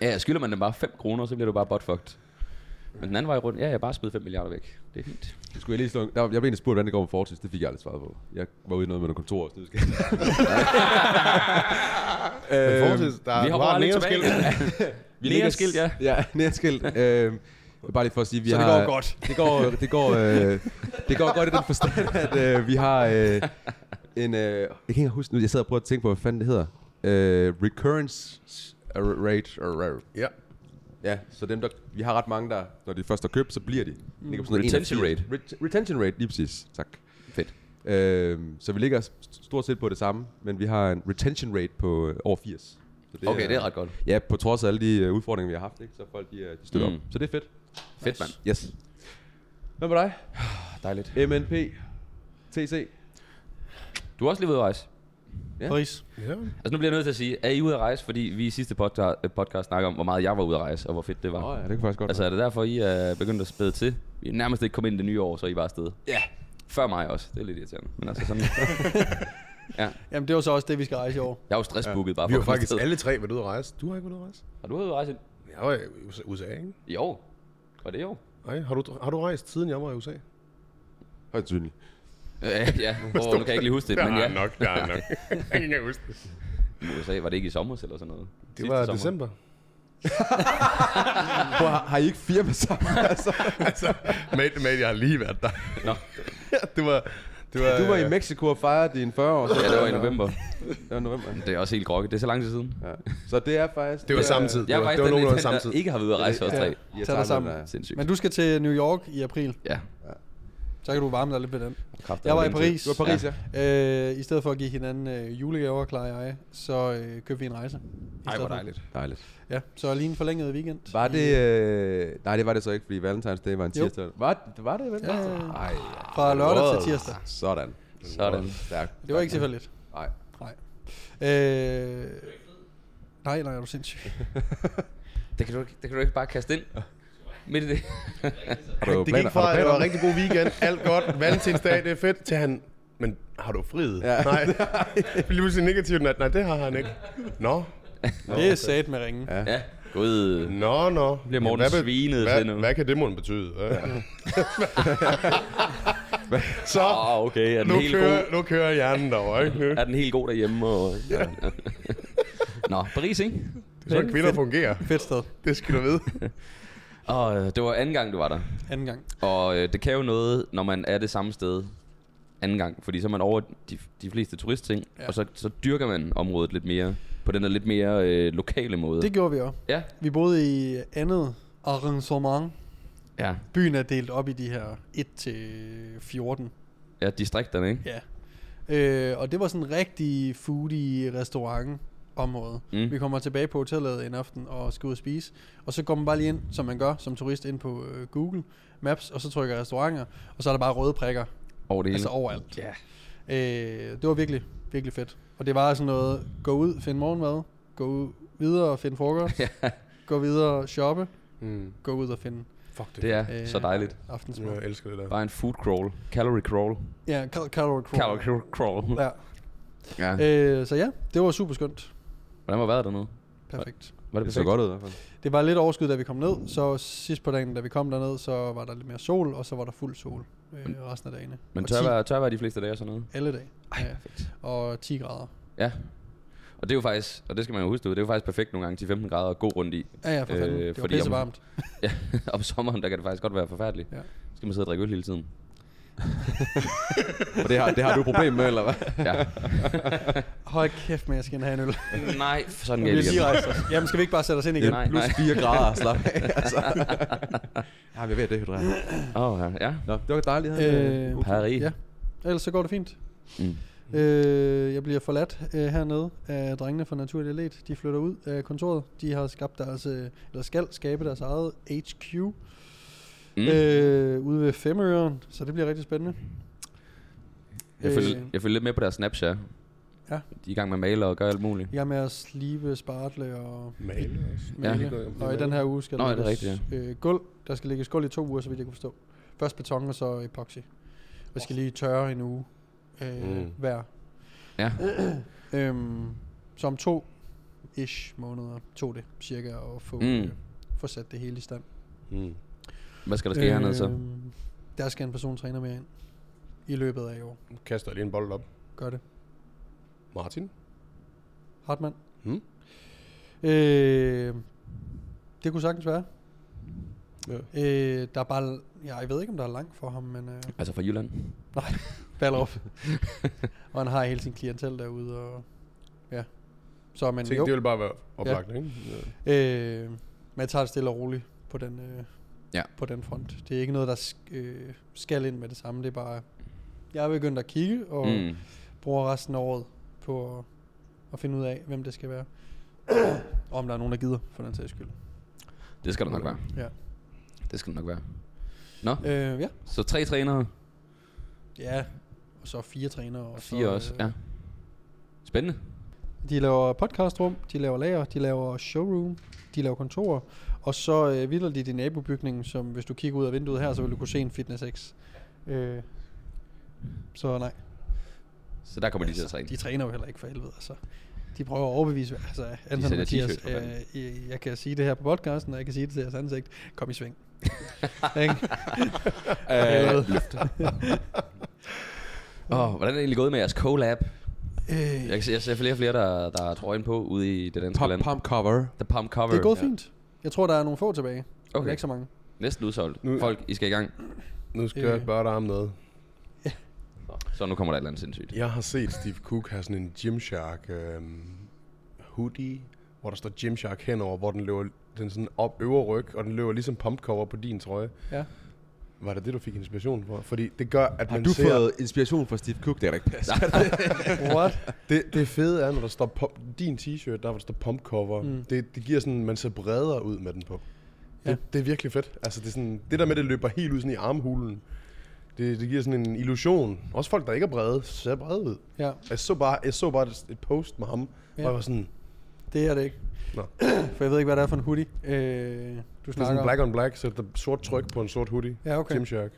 Ja, skylder man dem bare 5 kroner, så bliver du bare buttfucked. Men den anden vej rundt, ja, jeg bare smidt 5 milliarder væk. Det er fint.
Skulle jeg lige slå... Der, jeg blev egentlig spurgt, hvordan det går med Fortis. Det fik jeg aldrig svaret på. Jeg var ude i noget med noget kontor og snydskab.
Men fortsæt, der,
vi
du
hopper
har
bare lidt
en æreskilt.
tilbage. vi ligger skilt, ja.
Ja, nærskilt. Øh, bare lige for at sige, vi
Så det
har...
går godt.
Det går, det går, øh, det går godt i den forstand, at øh, vi har øh, en... Øh, jeg kan ikke engang huske nu, jeg sad og prøvede at tænke på, hvad fanden det hedder. Øh, recurrence rate. Or rare.
Ja.
Ja, så dem der, vi har ret mange, der, når de først har købt, så bliver de. Mm. Ligger på
Retention
81. Ret- retention rate, lige præcis. Tak.
Fedt.
Øh, så vi ligger st- stort set på det samme, men vi har en retention rate på øh, over 80. Så
Okay, det er ret godt.
Ja, på trods af alle de øh, udfordringer, vi har haft, ikke, så folk de, øh, de støtter
Mm.
mm. op. Så det er fedt.
Fedt, mand.
Yes. Hvad med dig?
Dejligt.
MNP, TC.
Du har også lige været ude at rejse.
Ja.
Paris.
ja.
Altså nu bliver jeg nødt til at sige, er I ude at rejse? Fordi vi i sidste podca- øh, podcast snakker om, hvor meget jeg var ude at rejse, og hvor fedt det var.
Åh oh, ja, det kan faktisk godt
Altså er det derfor, I er begyndt at spæde til? I er nærmest ikke kommet ind i det nye år, så er I bare afsted. Ja. Før mig også. Det er lidt irriterende. Men altså sådan...
Jamen, det var så også det, vi skal rejse i år.
Jeg er jo stressbooket ja. bare
Vi
for
har
at komme
faktisk
afsted.
alle tre været ude at rejse. Du har ikke været ude at rejse?
Har du været ude at rejse?
Jeg var i USA- USA, ikke?
I år? Var det i år?
Nej, har du, har du rejst siden jeg var i USA?
Højt synligt.
Øh, ja, oh, nu kan jeg ikke lige huske det, men ja.
nok, der er nok. jeg kan ikke huske det.
I USA var det ikke i sommer eller sådan noget.
Det var december.
Prøv, har, har I ikke firma sammen? altså,
altså, mate, mate, jeg har lige været der.
Nå.
det var... Det var,
du var i Mexico og fejrede din 40 år.
Ja, det var i november.
Det var i november.
Det er også helt grokket. Det er så lang tid siden.
Ja. Så det er faktisk...
Det var samtidig. Det
Jeg er
var-
faktisk
det var
den,
nogenlunde
den, der
samtidig.
ikke har været ude at rejse os tre.
Ja,
Tag dig sammen.
Sindssygt.
Men du skal til New York i april.
Ja.
Så kan du varme dig lidt ved den.
Kraft,
Jeg var i Paris.
Du var i Paris, ja.
Øh, I stedet for at give hinanden øh, julegaver, klarer jeg, så øh, købte vi en rejse. I
Ej,
stedet
hvor
for.
dejligt.
Dejligt.
Ja, så lige en forlænget weekend.
Var det... Øh... Nej, det var det så ikke, fordi Valentine's Day var en
Jo.
tirsdag. Var, var det
Ja,
Valentine's
ja,
Day?
ja.
Ej,
Fra lørdag
Wow.
til tirsdag.
sådan.
Sådan.
Stærk.
Det var ikke tilfældigt.
Nej.
Nej. Øh, nej, nej, er du sindssyg.
Det kan, du, ikke- det kan du ikke bare kaste ind midt i det.
Har
Det gik
planer-
fra,
har
at
du
det var
planer
en
om
rigtig god weekend, alt godt, valentinsdag, det er fedt, til han, men har du friet?
Ja.
Nej. Det blev pludselig negativt, nej, nej, det har han ikke. Nå,
Det er sat med ringen. Ja.
Ja, gud.
nå, nå.
bliver Morten
Hvad be-
svinet til nu.
hvad, hvad kan det måden betyde? Øh. Ja. Så,
Åh, oh, okay. Er den,
nu
helt
kører,
god,
nu kører hjernen derovre, ikke?
er den helt god derhjemme? Og, ja. Nå, Paris, ikke?
Det er sådan, kvinder fungerer.
Fedt sted.
Det skal du vide.
Og øh, det var anden gang, du var der.
Anden gang.
Og øh, det kan jo noget, når man er det samme sted anden gang, fordi så er man over de, de fleste turistting, ja.
Ja.
og så, så dyrker man området lidt mere, på den der lidt mere øh, lokale måde.
Det gjorde vi også.
ja,
Vi boede i andet arrangement.
ja,
Byen er delt op i de her 1-14.
ja, distrikterne, ikke?
Ja. Øh, og det var sådan en rigtig foodie restaurant område.
Mm.
Mm. Vi kommer tilbage på hotellet en aften og skal ud og spise. Og så går man bare lige ind, som man gør som turist, ind på øh, Google Maps, og så trykker restauranter, og så er der bare røde prikker,
Over det hele.
altså overalt.
Ja.
Øh, det var virkelig, virkelig fedt. Og det var sådan noget, gå ud, find morgenmad, gå ud, videre og find frokost, gå videre og shoppe,
Mm.
gå ud og finde
Fuck
Det er øh, så dejligt.
aftensmad.
Jeg elsker det der.
Bare en food crawl. Calorie crawl.
Ja, cal- calorie crawl.
Calorie crawl.
Ja.
Ja.
Øh, så ja, det var super skønt.
Hvordan var vejret dernede?
Perfekt.
Var det
Det så
perfekt?
godt ud i hvert fald.
Det var lidt overskud, da vi kom ned, så sidst på dagen, da vi kom derned, så var der lidt mere sol, og så var der fuld sol øh, resten af dagene.
Men
Og
tør
10
være, tør være de fleste dage og sådan noget.
Alle dage. Ja.
perfekt.
Og 10 grader.
Ja. Og det er jo faktisk, og det skal man jo huske, det er jo faktisk perfekt nogle gange, 10-15 grader at gå rundt i.
Ja, ja, for
Øh,
fanden. Øh, det var
fordi om-
pisse varmt.
Ja, om sommeren, der kan det faktisk godt være forfærdeligt.
Ja.
Så skal man sidde og drikke øl hele tiden.
Og det har, det har du et problem med, eller hvad?
Ja.
Hold kæft, men jeg skal ind og have en øl.
Nej, sådan altså.
Vi
kan
har
jeg
lige rejst
ikke.
os. Jamen, skal vi ikke bare sætte os ind igen?
Nej,
Plus
nej.
4 grader, slap af. Altså. Jamen, jeg ved, at det er hydreret.
Åh, oh, ja.
Nå, det var dejligt.
Øh,
Paris.
Ja. Ellers så går det fint.
Mm.
Øh, jeg bliver forladt øh, hernede af drengene fra Naturlig Elit. De flytter ud af kontoret. De har skabt deres, øh, eller skal skabe deres eget HQ mm.
Mm.
øh, ude ved Femøren. Så det bliver rigtig spændende. Øh,
Jeg, følger, jeg følger lidt med på deres snaps, ja.
Ja.
De er i gang med at male og gøre alt muligt.
Jeg er med at slibe, spartle og
Male
male. Ja. Og i den her uge skal
Nå,
der
er det
lægges,
rigtigt,
øh, gulv. Der skal lægges gulv i to uger, så vidt jeg kan forstå. Først beton og så epoxy. Og skal lige tørre en uge øh,
Mm.
mm. hver.
Ja.
Øhm, så om to ish måneder tog det cirka at få,
Mm.
mm. øh, få sat det hele i stand.
Mm.
Hvad skal der ske øh, hernede så?
Øhm, Der skal en person træner mere ind i løbet af i år.
Nu kaster jeg lige en bold op.
Gør det.
Martin?
Hartmann.
Mm.
Øh, det kunne sagtens være.
Ja.
Øh, der er bare, ja, jeg ved ikke, om der er langt for ham, men øh,
Altså fra Jylland?
Ballerup. og han har hele sin klientel derude, og ja. Så men
Tænk,
jo,
det ville bare være oplagt, ja. ikke? Ja.
øh, men jeg tager det stille og roligt på den, øh,
Ja.
på den front. Det er ikke noget, der sk- øh, skal ind med det samme. Det er bare, jeg er begyndt at kigge, og mm.
Mm.
bruger resten af året på at, at finde ud af, hvem det skal være. og om der er nogen, der gider, for den sags skyld.
Det skal der nok være.
Ja.
Det skal der nok være.
Øh, ja.
Så tre trænere,
ja, og så fire trænere. Og
og fire
så, øh,
også. Ja. Spændende.
De laver podcastrum, de laver lager, de laver showroom, de laver kontorer. Og så øh, vilder de din nabobygning, som hvis du kigger ud af vinduet her, så vil du kunne se en Fitness X. Øh, så nej,
Så der kommer de til at træne.
de træner jo heller ikke for helvede. Altså. De prøver at overbevise, altså Anton og
sælger t-shirts,
Mathias,
for
øh,
fanden.
I- jeg kan sige det her på podcasten, og jeg kan sige det til jeres ansigt, kom i sving. Ikke?
Øh, løft. Åh, hvordan er det egentlig gået med jeres collab?
øh,
Jeg, kan se, jeg ser flere og flere, der, der har trøjen på ude i det danske
Pump,
land.
pump cover.
The pump cover.
det er gået fint. Jeg tror, der er nogle få tilbage. Okay.
Okay.
Men ikke så mange.
Næsten udsolgt.
Nu-
Folk, I skal i gang.
Nu skal
Øh.
jeg spørge dig om noget.
Så nu kommer der et eller andet sindssygt.
Jeg har set Steve Cook have sådan en Gymshark øh, hoodie, hvor der står Gymshark henover, hvor den løber den sådan op øvre ryg, og den løber ligesom pumpcover på din trøje.
Ja.
Var det det, du fik inspiration for? Fordi det gør, at
Har
man
du
ser...
fået inspiration fra Steve Cook? Det er da ikke passe.
What?
Det, det fede er, når der står pump, din t-shirt, der hvor der står pumpcover, mm.
Mm.
det, det giver sådan, man ser bredere ud med den på. Ja.
Ja.
Det, det er virkelig fedt. Altså det, er sådan, det der med, det løber helt ud sådan i armhulen, det, det giver sådan en illusion. Også folk, der ikke er brede, ser brede ud.
Ja,
Jeg så bare, jeg så bare et, et post med ham, ja.
Ja.
hvor jeg var sådan,
det er det ikke.
Nå.
For jeg ved ikke, hvad det er for en hoodie, øh, du
det er
snakker
sådan
om.
black on black, så der er sort tryk på en sort hoodie.
Ja, okay.
Gymshark.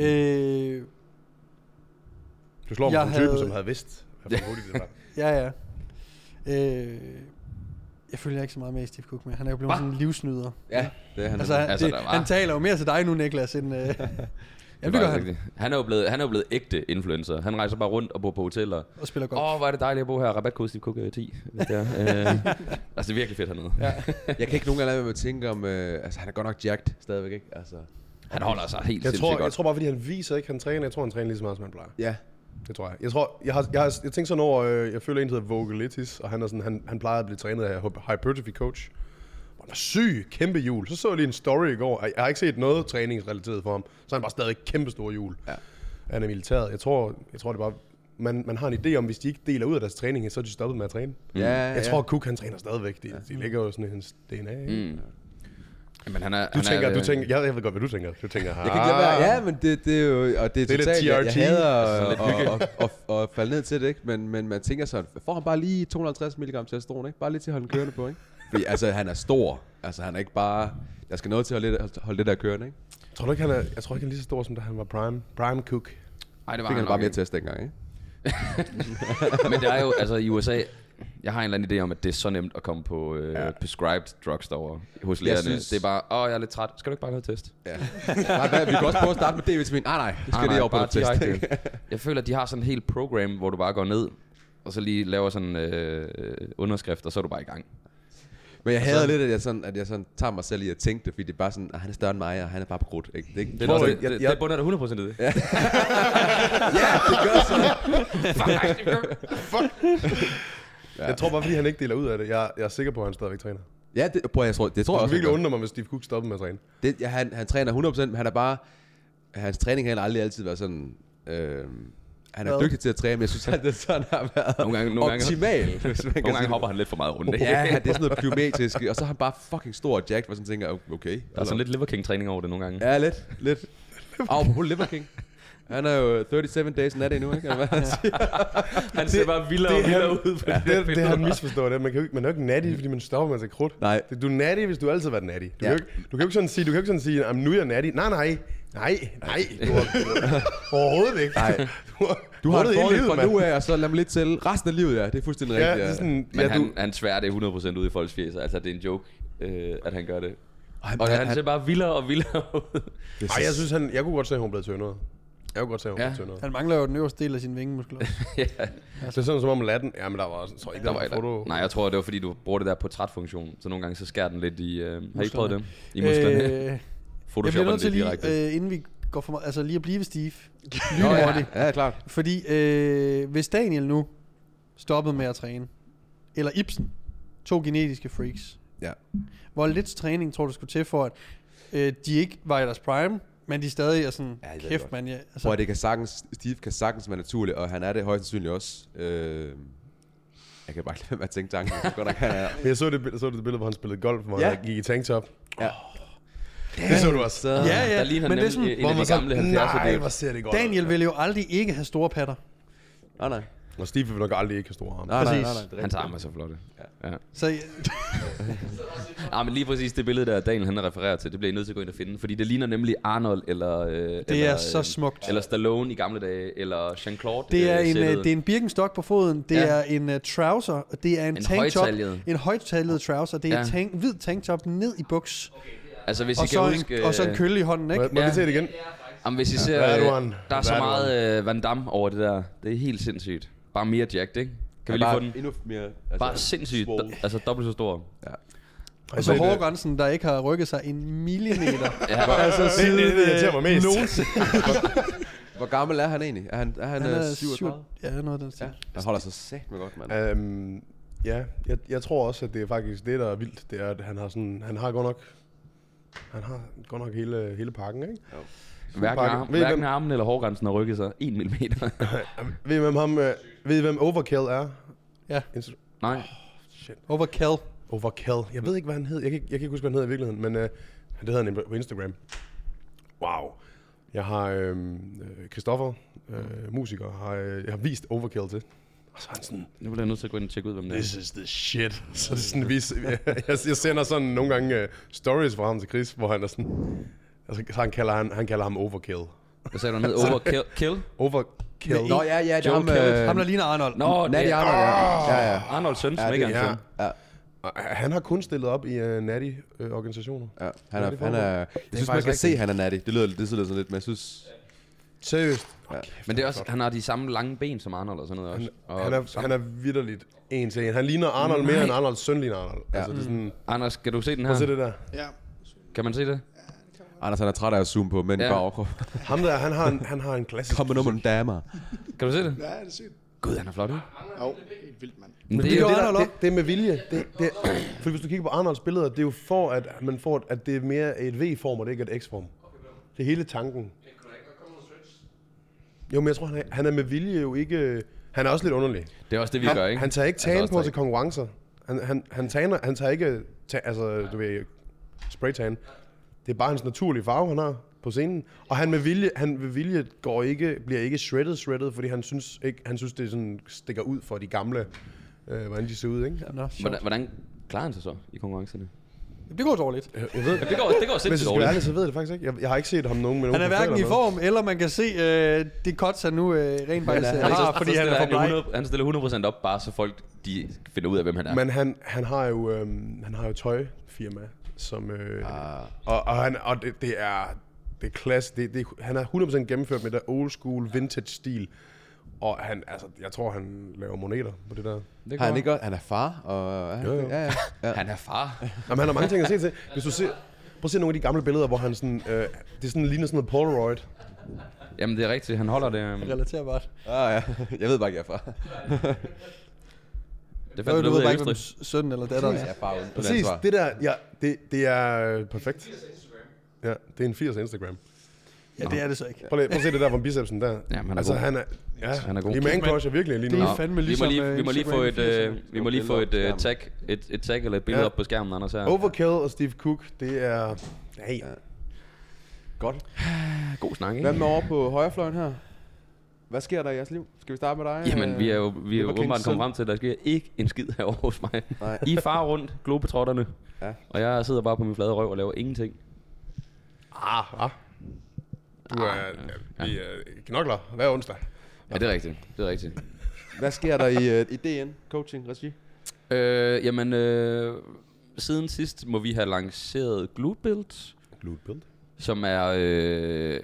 Øh,
Du slår mig
Jeg
som typen,
havde-
som havde vidst, hvad for en hoodie det var.
ja, ja. Øh, jeg følger ikke så meget med i Steve Cook, men han er jo blevet
Hva?
sådan en livsnyder.
ja, det er han.
Altså, han,
altså,
altså, det,
der var-
han taler jo mere til dig nu, Niklas, end... Øh, Jamen, det
var
gør han,
rigtigt. Han er jo blevet, han er jo blevet ægte influencer. Han rejser bare rundt og bor på hoteller.
og spiller godt.
Åh, oh, hvor er det dejligt at bo her. Rabatkode Steve Cook øh, 10. hvis det er. Øh, altså, det er virkelig fedt hernede. Ja.
Jeg kan ikke nogen gange lade være med at tænke om... Øh, altså, han er godt nok jacked stadigvæk, ikke? Altså,
Han holder sig helt
Jeg
sindssygt
tror, jeg
godt.
tror bare, fordi han viser ikke, han træner. Jeg tror, han træner lige så meget, som han plejer.
ja.
Det tror jeg. Jeg tror, jeg har, jeg har jeg tænkte sådan over, øh, jeg føler en, der hedder Vogelitis, og han, er sådan, han, han plejede at blive trænet af hy- hypertrophy coach. Og Han var syg, kæmpe hjul. Så så jeg lige en story i går, og jeg har ikke set noget træningsrelateret for ham, så han var stadig kæmpe store hjul.
Ja.
Han er militæret. Jeg tror, jeg tror det er bare, man, man har en idé om, hvis de ikke deler ud af deres træning, så er de stoppet med at træne.
Mm. ja,
Ja, jeg tror, Cook han træner stadigvæk. De, ja. de ligger jo sådan i hans DNA. Mm. Du,
Mm. Men han er, øh, han
tænker,
er,
du tænker, jeg, jeg ved godt, hvad du tænker. Du tænker, "Ah."
Jeg kan ikke lade være. Ja, men det, det er jo... Og det er,
Det er lidt
totalt, jeg,
TRT.
jeg hader
Altså, lidt
at og, og, og, og, falde ned til det, ikke? Men, men man tænker sådan, får han bare lige 250 mg testosteron, ikke? Bare lige til at holde den kørende på, ikke? Fordi, altså, han er stor. Altså, han er ikke bare... Der skal noget til at holde, lidt- holde det der kørende, ikke?
Tror du ikke, han er, jeg tror ikke, han er lige så stor, som da han var prime, prime Cook.
Ej, det var
Fik
han
han
nok
bare mere
ikke.
test dengang, ikke?
Men det er jo, altså i USA, jeg har en eller anden idé om, at det er så nemt at komme på øh, ja. prescribed drugs derovre hos lægerne. Synes...
synes-
Det er bare, åh, jeg er lidt træt. Skal du ikke bare have noget test?
Ja. nej, hvad, vi kan også prøve at starte med D-vitamin. Ah, nej, det skal
Ah,
lige over på
bare
noget test.
direkte. Jeg føler, at de har sådan en helt program, hvor du bare går ned, og så lige laver sådan en øh, øh, underskrift, og så er du bare i gang.
Men jeg hader lidt, at jeg, sådan, at jeg sådan tager mig selv i at tænke det, fordi det er bare sådan, at han er større end mig, og han er bare på krudt. Ikke? Det, er ikke,
Det, er
Prøv
også,
at-
det,
jeg-
det,
jeg-
det bunder der 100% i det. Ja.
ja, det gør så.
Ja. Jeg tror bare, fordi han ikke deler ud af det. Jeg, jeg er sikker på, at han stadigvæk træner. Jeg
Ja, det, prøv, jeg tror, det tror jeg
tror
også.
virkelig
han,
undre mig, hvis Steve Cook stoppede med at træne.
gør. det, ja, han, han træner 100%, men han er bare... Hans træning har aldrig altid været sådan... Øh, han er
Hvad?
dygtig til at træne, men jeg synes, han det sådan har været
Nogle gange- nogle gange-
optimal. hvis man kan
Nogle gange
sige
hopper han lidt for meget rundt.
det.
ikke?
Oh. Ja, det er sådan noget plyometrisk, og så er han bare fucking stor og jacked, hvor sådan tænker, "Oh, okay.
Altså Der er sådan lidt Liver King-træning over det nogle gange.
Ja, lidt, lidt. Au, på Liver King. Han er jo 37 days nat endnu, ikke? Eller hvad?
Han ser bare vildere og
det er
vildere
han-
ud på
Ja,
det,
det, det har han misforstået. Det. Man, kan jo, ikke- man er jo ikke natty, fordi man stopper med sig krudt.
Nej.
Det- Du er natty, hvis du altid har været natty. Du,
Ja.
ja. kan, jo ikke, du kan jo ikke sådan sige, du kan jo ikke sådan sige, "Jamen, nu er jeg natty. Nej, nej. Nej, nej. Du har, du har, overhovedet ikke. Nej. Du har,
Du har
det
det
hele
forholdet
livet,
fra
mand.
nu af, og så lad mig lidt til resten af livet, ja. Det er fuldstændig
Ja,
rigtigt,
det er sådan,
Men
ja,
han,
du,
han svær det 100% ud i folks fjes. Altså, det er en joke, øh, at han gør det.
Ej, men
Og han,
han-
ser bare vildere og vildere ud.
ej, jeg synes, han, jeg kunne godt se, at hun blev tyndere. Jeg kunne godt se, at hun
Ja.
blev tyndere.
Han mangler jo den øverste del af sine vingemuskler.
ja.
Det er sådan som om latten. Ja, men der var også, tror jeg ikke, der,
Der var
var
et,
et foto.
nej, jeg tror, det var fordi, du bruger det der portrætfunktion. Så nogle gange, så skærer den lidt i... Øh, har I ikke prøvet det? I musklerne. Øh,
Øh, jeg bliver
Photoshopper
nødt
den
til
lidt
lige,
direkte.
øh, inden vi går for meget, altså lige at blive ved Steve.
Nå, ja.
Lynhurtigt.
Ja, klart.
Fordi øh, hvis Daniel nu stoppede med at træne, eller Ibsen, to genetiske freaks,
Ja.
hvor lidt træning tror du skulle til for, at øh, de ikke var i deres prime, men de stadig er sådan,
Ja,
ja,
det ved jeg
kæft
godt.
man, ja, altså,
Prøv at det kan sagtens, Steve kan sagtens være naturlig, og han er det højst sandsynligt også. Øh, jeg kan bare ikke lade være med at tænke tanken. Jeg godt, at han er.
Men jeg så det, billede- så det billede, hvor han spillede golf, hvor
Ja.
han gik i tanktop.
Ja.
Det så du også.
Så-
ja, ja,
der ligner
men det er
nemlig
sådan,
en af de gamle 70'er.
nej,
dage.
hvor ser det godt. ud."
Daniel ville jo aldrig ikke have store patter.
Nej, nej.
Og Steve vil nok aldrig ikke have store arme.
Nej, nej, nej,
Præcis.
nej, det er rigtigt.
Hans arme er så flotte. Ja. ja.
Så øh,
Ah, men lige præcis det billede, der Daniel han refererer til, det bliver I nødt til at gå ind og finde. Fordi det ligner nemlig Arnold eller... Øh, det eller,
er så
øh,
smukt.
Eller Stallone i gamle dage, eller Jean-Claude.
det er,
øh,
en, øh,
sættet.
det er en birkenstock på foden, det
Ja.
ja. er en uh, trouser, og det er en,
En
tanktop,
højtallet.
en højtallet trouser, det er
Ja.
en tank, hvid tanktop ned i buks,
Altså, hvis
og
I kan
så,
huske... øh,
en, og så en kølle i hånden, ikke?
Må, må
Ja.
vi se det igen?
Jamen, hvis I ser...
Hvad er du,
øh,
han?
Der er så
Hvad er du,
meget øh, Van Damme over det der. Det er helt sindssygt. Bare mere jacked, ikke? Kan vi lige få den?
Endnu mere... Altså,
Bare sindssygt.
swole.
Do- altså dobbelt så stor.
Og så hårgrænsen, Altså, der ikke har rykket sig en millimeter.
Ja.
altså
Det er
siden...
det, der irriterer
øh,
mig mest.
Hvor gammel er han egentlig? Er han, er han,
Han er
37?
37. Ja, noget af den stil.
Ja. Han holder sig sæt med godt, mand.
Øhm, ja, jeg, jeg tror også, at det er faktisk det, der er vildt. Det er, at han har, sådan, han har godt nok... Han har godt nok hele, hele pakken, ikke?
Hverken,
Bakke.
arm,
Ved I,
hverken
hvem-
armen eller hårgrænsen har rykket sig 1 mm.
Ved I, hvem, ham, øh, ved I, hvem Overkill er?
Ja.
Inst-
Nej.
Overkill.
Overkill. Jeg ved ikke, hvad han hed. Jeg kan, ikke- jeg kan ikke huske, hvad han hed i virkeligheden, men øh, det hedder han på Instagram. Wow. Jeg har øhm, øh, Christoffer, øh, musiker, har, øh, jeg har vist Overkill til. Og så er han sådan,
Nu bliver jeg nødt til at gå ind og tjekke ud, hvem det er.
This is the shit. Så det er sådan, vi, jeg, jeg sender sådan nogle gange uh, stories fra ham til Chris, hvor han er sådan... Altså, så han kalder, han, han kalder ham overkill.
Hvad sagde du, han hed? Overkill? Kill?
Overkill.
Nå, ja, ja, det er
Joel
ham...
Kelly.
Øh,
Ham, der ligner Arnold.
Nå, det
Natty
er
Arnold, ja. Ja, ja.
Arnold Sønsen,
Ja,
ikke
det-
hans
ja.
søn.
Ja,
Og øh, Han har kun stillet op i uh, natty-organisationer.
ja. Han er,
det
han er, jeg synes, man
faktisk
kan se,
rigtigt.
han er natty. Det lyder, det lyder sådan lidt, men jeg synes...
Seriøst. Ja.
Men det er også, han har de samme lange ben som Arnold og sådan noget også. Og
Han er, han er vidderligt en til en. Han ligner Arnold mere end Arnolds søn ligner Arnold. Ja. Altså, det er sådan,
Anders, kan du se den
se
her?
det der.
Ja.
Kan man se det?
Anders, han er træt af at zoome på mænd
Ja.
ja. bare overkrop.
Ham der, han har en, han har en klassisk...
Kom med nummer, damer.
Kan du se det?
Ja, det er sygt.
Gud, han er flot, ikke?
Jo, helt vildt, mand.
Men
Det er, jo det, der,
Arnold
det, det er med vilje. Det, det, fordi hvis du kigger på Arnolds billeder, det er jo for, at, man får, at det er mere et V-form, og det ikke er et X-form. Det er hele tanken. Jo, men jeg tror, han er, han er med vilje jo ikke... Han er også lidt underlig.
det er også det, vi gør,
Han,
ikke?
han tager ikke
Altså
tan
også
på
der-
til konkurrencer. Han, han, han, tager, han tager ikke... Ta, altså, du ved, spraytan. Det er bare hans naturlige farve, han har på scenen. Og han med vilje, han med vilje går ikke, bliver ikke shredded, shredded, fordi han synes, ikke, han synes det sådan stikker ud for de gamle, øh, hvordan de ser ud, ikke?
Nå, sjovt.
Hvordan, hvordan klarer han sig så i konkurrencerne?
Det går dårligt.
Jeg ved,
Det går, det går
hvis jeg
sindssygt
skal være
dårligt.
ærlig, så ved jeg det faktisk ikke. Jeg, jeg har ikke set ham nogen med
Han er
nogen
hverken i
forfærdelige
form, eller man kan se, øh, det kots han nu øh, rent faktisk øh,
Han, så,
har, fordi
så
han er for
stiller
bleg.
100, han stiller 100% op, bare så folk de finder ud af, hvem han er.
måde. Men han, han har jo øhm, han har jo et tøjfirma, som øh,
Ah.
Ah.
og, og, han, og det, det er det er klasse. Det, det, han er 100% gennemført med det der old school vintage stil. Og han, altså, jeg tror, han laver moneter på det der.
det
Har han
går.
ikke også- Han er far, og... er han
Jo,
ikke-
jo.
Ja, ja. ja.
Han er far.
Jamen, han har mange ting at se til. Hvis du ser, prøv at se nogle af de gamle billeder, hvor han sådan, øh, det er sådan, ligner sådan noget Polaroid.
Jamen, det er rigtigt. Han holder det. øhm,
Relaterbart.
Ah, ja. Jeg ved bare ikke, jeg er far.
Det
Jo,
fandt
du
du
ved
ud af
bare
i
ikke, hvem
Østrig.
s- søn eller datter
Jeg
er.
er far uden på
Præcis,
ansvar.
det der, ja, det, det er øh, perfekt. Ja, det er en 80'er Instagram.
Ja, det er det så ikke.
Prøv lige, prøv at se det der fra bicepsen der.
Ja, men han er
altså,
god.
han er, ja,
Han er god.
Det er man crush er virkelig lige nu.
Det
Nå,
er fandme
vi må
ligesom,
lige,
øh,
vi må lige få
Instagram i
et, øh,
80'erne.
vi må lige få et,
Billeder
øh,
på
tag, et, et tag eller et billede
Ja.
op på skærmen, Anders her.
Overkill og Steve Cook, det er... Nej,
Godt.
God snak, ikke?
Hvad med over på højrefløjen her? Hvad sker der i jeres liv? Skal vi starte med dig?
Jamen, vi er jo, vi er jo
Lever Kings
åbenbart
søn.
kommet frem til, at der sker ikke en skid herovre hos mig.
Nej.
I far rundt, globetrotterne,
Ja.
og jeg sidder bare på min flade røv og laver ingenting.
Ah, ah. Du er, ja. vi er knokler hver onsdag.
Ja, det er rigtigt. Det er rigtigt.
Hvad sker der i, øh, i DN Coaching Regi?
Øh, jamen, øh, siden sidst må vi have lanceret Gluebuild,
Glute build.
som er øh,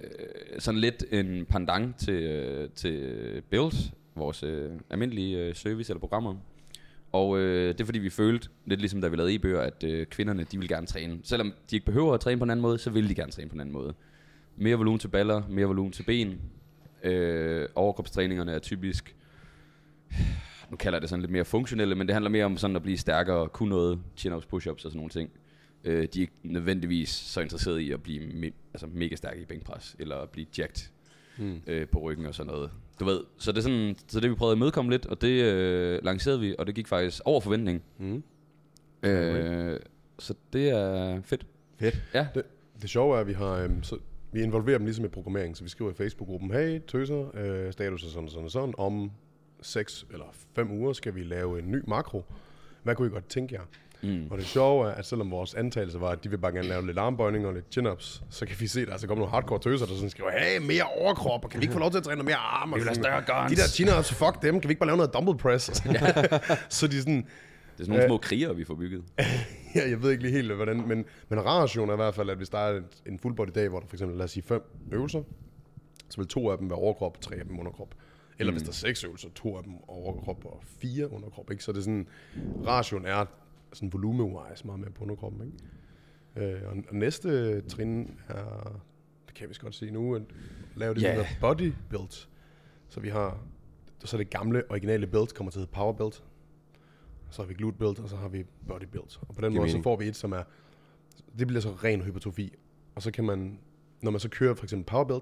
sådan lidt en pendant til, øh, til Build, vores øh, almindelige øh, service eller programmer. Og øh, det er fordi, vi følte, lidt ligesom da vi lavede e-bøger, at øh, kvinderne, de vil gerne træne. Selvom de ikke behøver at træne på en anden måde, så vil de gerne træne på en anden måde. Mere volumen til baller, mere volumen til ben. Øh, overkropstræningerne er typisk, nu kalder jeg det sådan lidt mere funktionelle, men det handler mere om sådan at blive stærkere, kunne noget, chin-ups, push-ups og sådan nogle ting. Øh, de er ikke nødvendigvis så interesserede i at blive me- altså mega stærke i bænkpres, eller at blive jacked mm. øh, på ryggen og sådan noget. Du ved, så det er sådan, så det vi prøvede at imødekomme lidt, og det øh, lancerede vi, og det gik faktisk over forventning.
Mm.
Øh, så det er fedt.
Fedt.
Ja,
Det, det sjove er, at vi har... Øhm, så, vi involverer dem ligesom i programmering, så vi skriver i Facebook-gruppen, hey, tøser, øh, status og sådan og sådan og sådan, om 6 eller 5 uger skal vi lave en ny makro. Hvad kunne I godt tænke jer? Mm. Og det sjove er, at selvom vores antagelse var, at de vil bare gerne lave lidt armbøjninger og lidt chin-ups, så kan vi se, at der altså kommer nogle hardcore tøser, der sådan skriver, hey, mere overkrop, og kan vi ikke få lov til at træne noget mere arm? Og sådan, de der chin-ups, fuck dem, kan vi ikke bare lave noget dumbbell press? Og sådan. så de er sådan,
det er sådan nogle små kriger, vi får bygget.
Øh. Ja, jeg ved ikke lige helt, hvordan, men, men ratioen er i hvert fald, at hvis der er et- en full body dag, hvor der for eksempel, lad os sige, fem øvelser, så vil to af dem være overkrop, tre af dem underkrop. Eller mm. hvis der er seks øvelser, to af dem overkrop og fire underkrop, ikke? Så det er sådan, ratioen er sådan volume-wise meget mere på underkroppen, ikke? Øh, og, og næste trin er, det kan vi så godt sige nu, at lave det,
Ja.
yeah. der hedder body build. Så vi har, så det gamle, originale build kommer til at hedde power build. Så har vi glute build, og så har vi body build. Og på den
Giver
måde, så
mening.
får vi et, som er, det bliver så ren hypertrofi. Og så kan man, når man så kører for eksempel power build,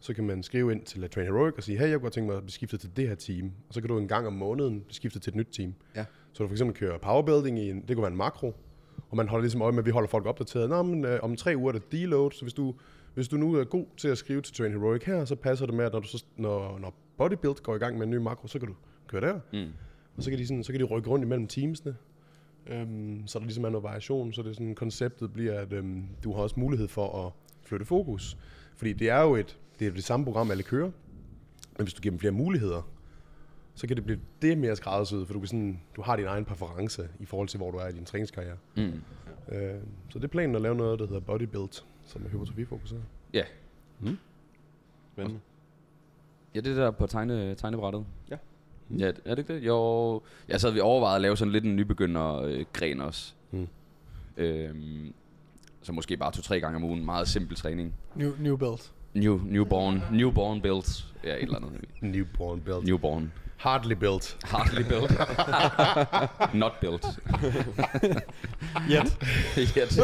så kan man skrive ind til at Train Heroic og sige, hey, jeg kunne godt tænke mig at blive skiftet til det her team. Og så kan du en gang om måneden blive skiftet til et nyt team.
Ja.
Så du for eksempel kører powerbuilding i en, det kunne være en makro, og man holder ligesom øje med, at vi holder folk opdateret. Nå, men øh, om tre uger er der deload, så hvis du, hvis du nu er god til at skrive til Train Heroic her, så passer det med, at når, du så, når, når bodybuild går i gang med en ny makro, så kan du køre der.
Mm.
Og så kan de, sådan, så kan de rykke rundt imellem teamsene. Øhm, så der ligesom er noget variation, så det er sådan, konceptet bliver, at øhm, du har også mulighed for at flytte fokus. Fordi det er jo et, det, er jo det samme program, alle kører. Men hvis du giver dem flere muligheder, så kan det blive det mere skræddersyet, for du, kan sådan, du har din egen præference i forhold til, hvor du er i din træningskarriere.
Mm.
Øh, så det er planen at lave noget, der hedder bodybuild, som er hypertrofifokuseret.
Ja.
Spændende.
ja, det der på tegne, tegnebrættet.
Ja.
Mm. Ja, er det ikke det? Jo, jeg sad vi overvejede at lave sådan lidt en nybegynder-gren også.
Mm.
Øhm, så måske bare to-tre gange om ugen. Meget simpel træning.
New, new belt.
New, newborn, newborn build. Ja, et eller andet.
Newborn build. New.
Newborn.
Hardly built.
Hardly built. Not built.
Yet.
Yet.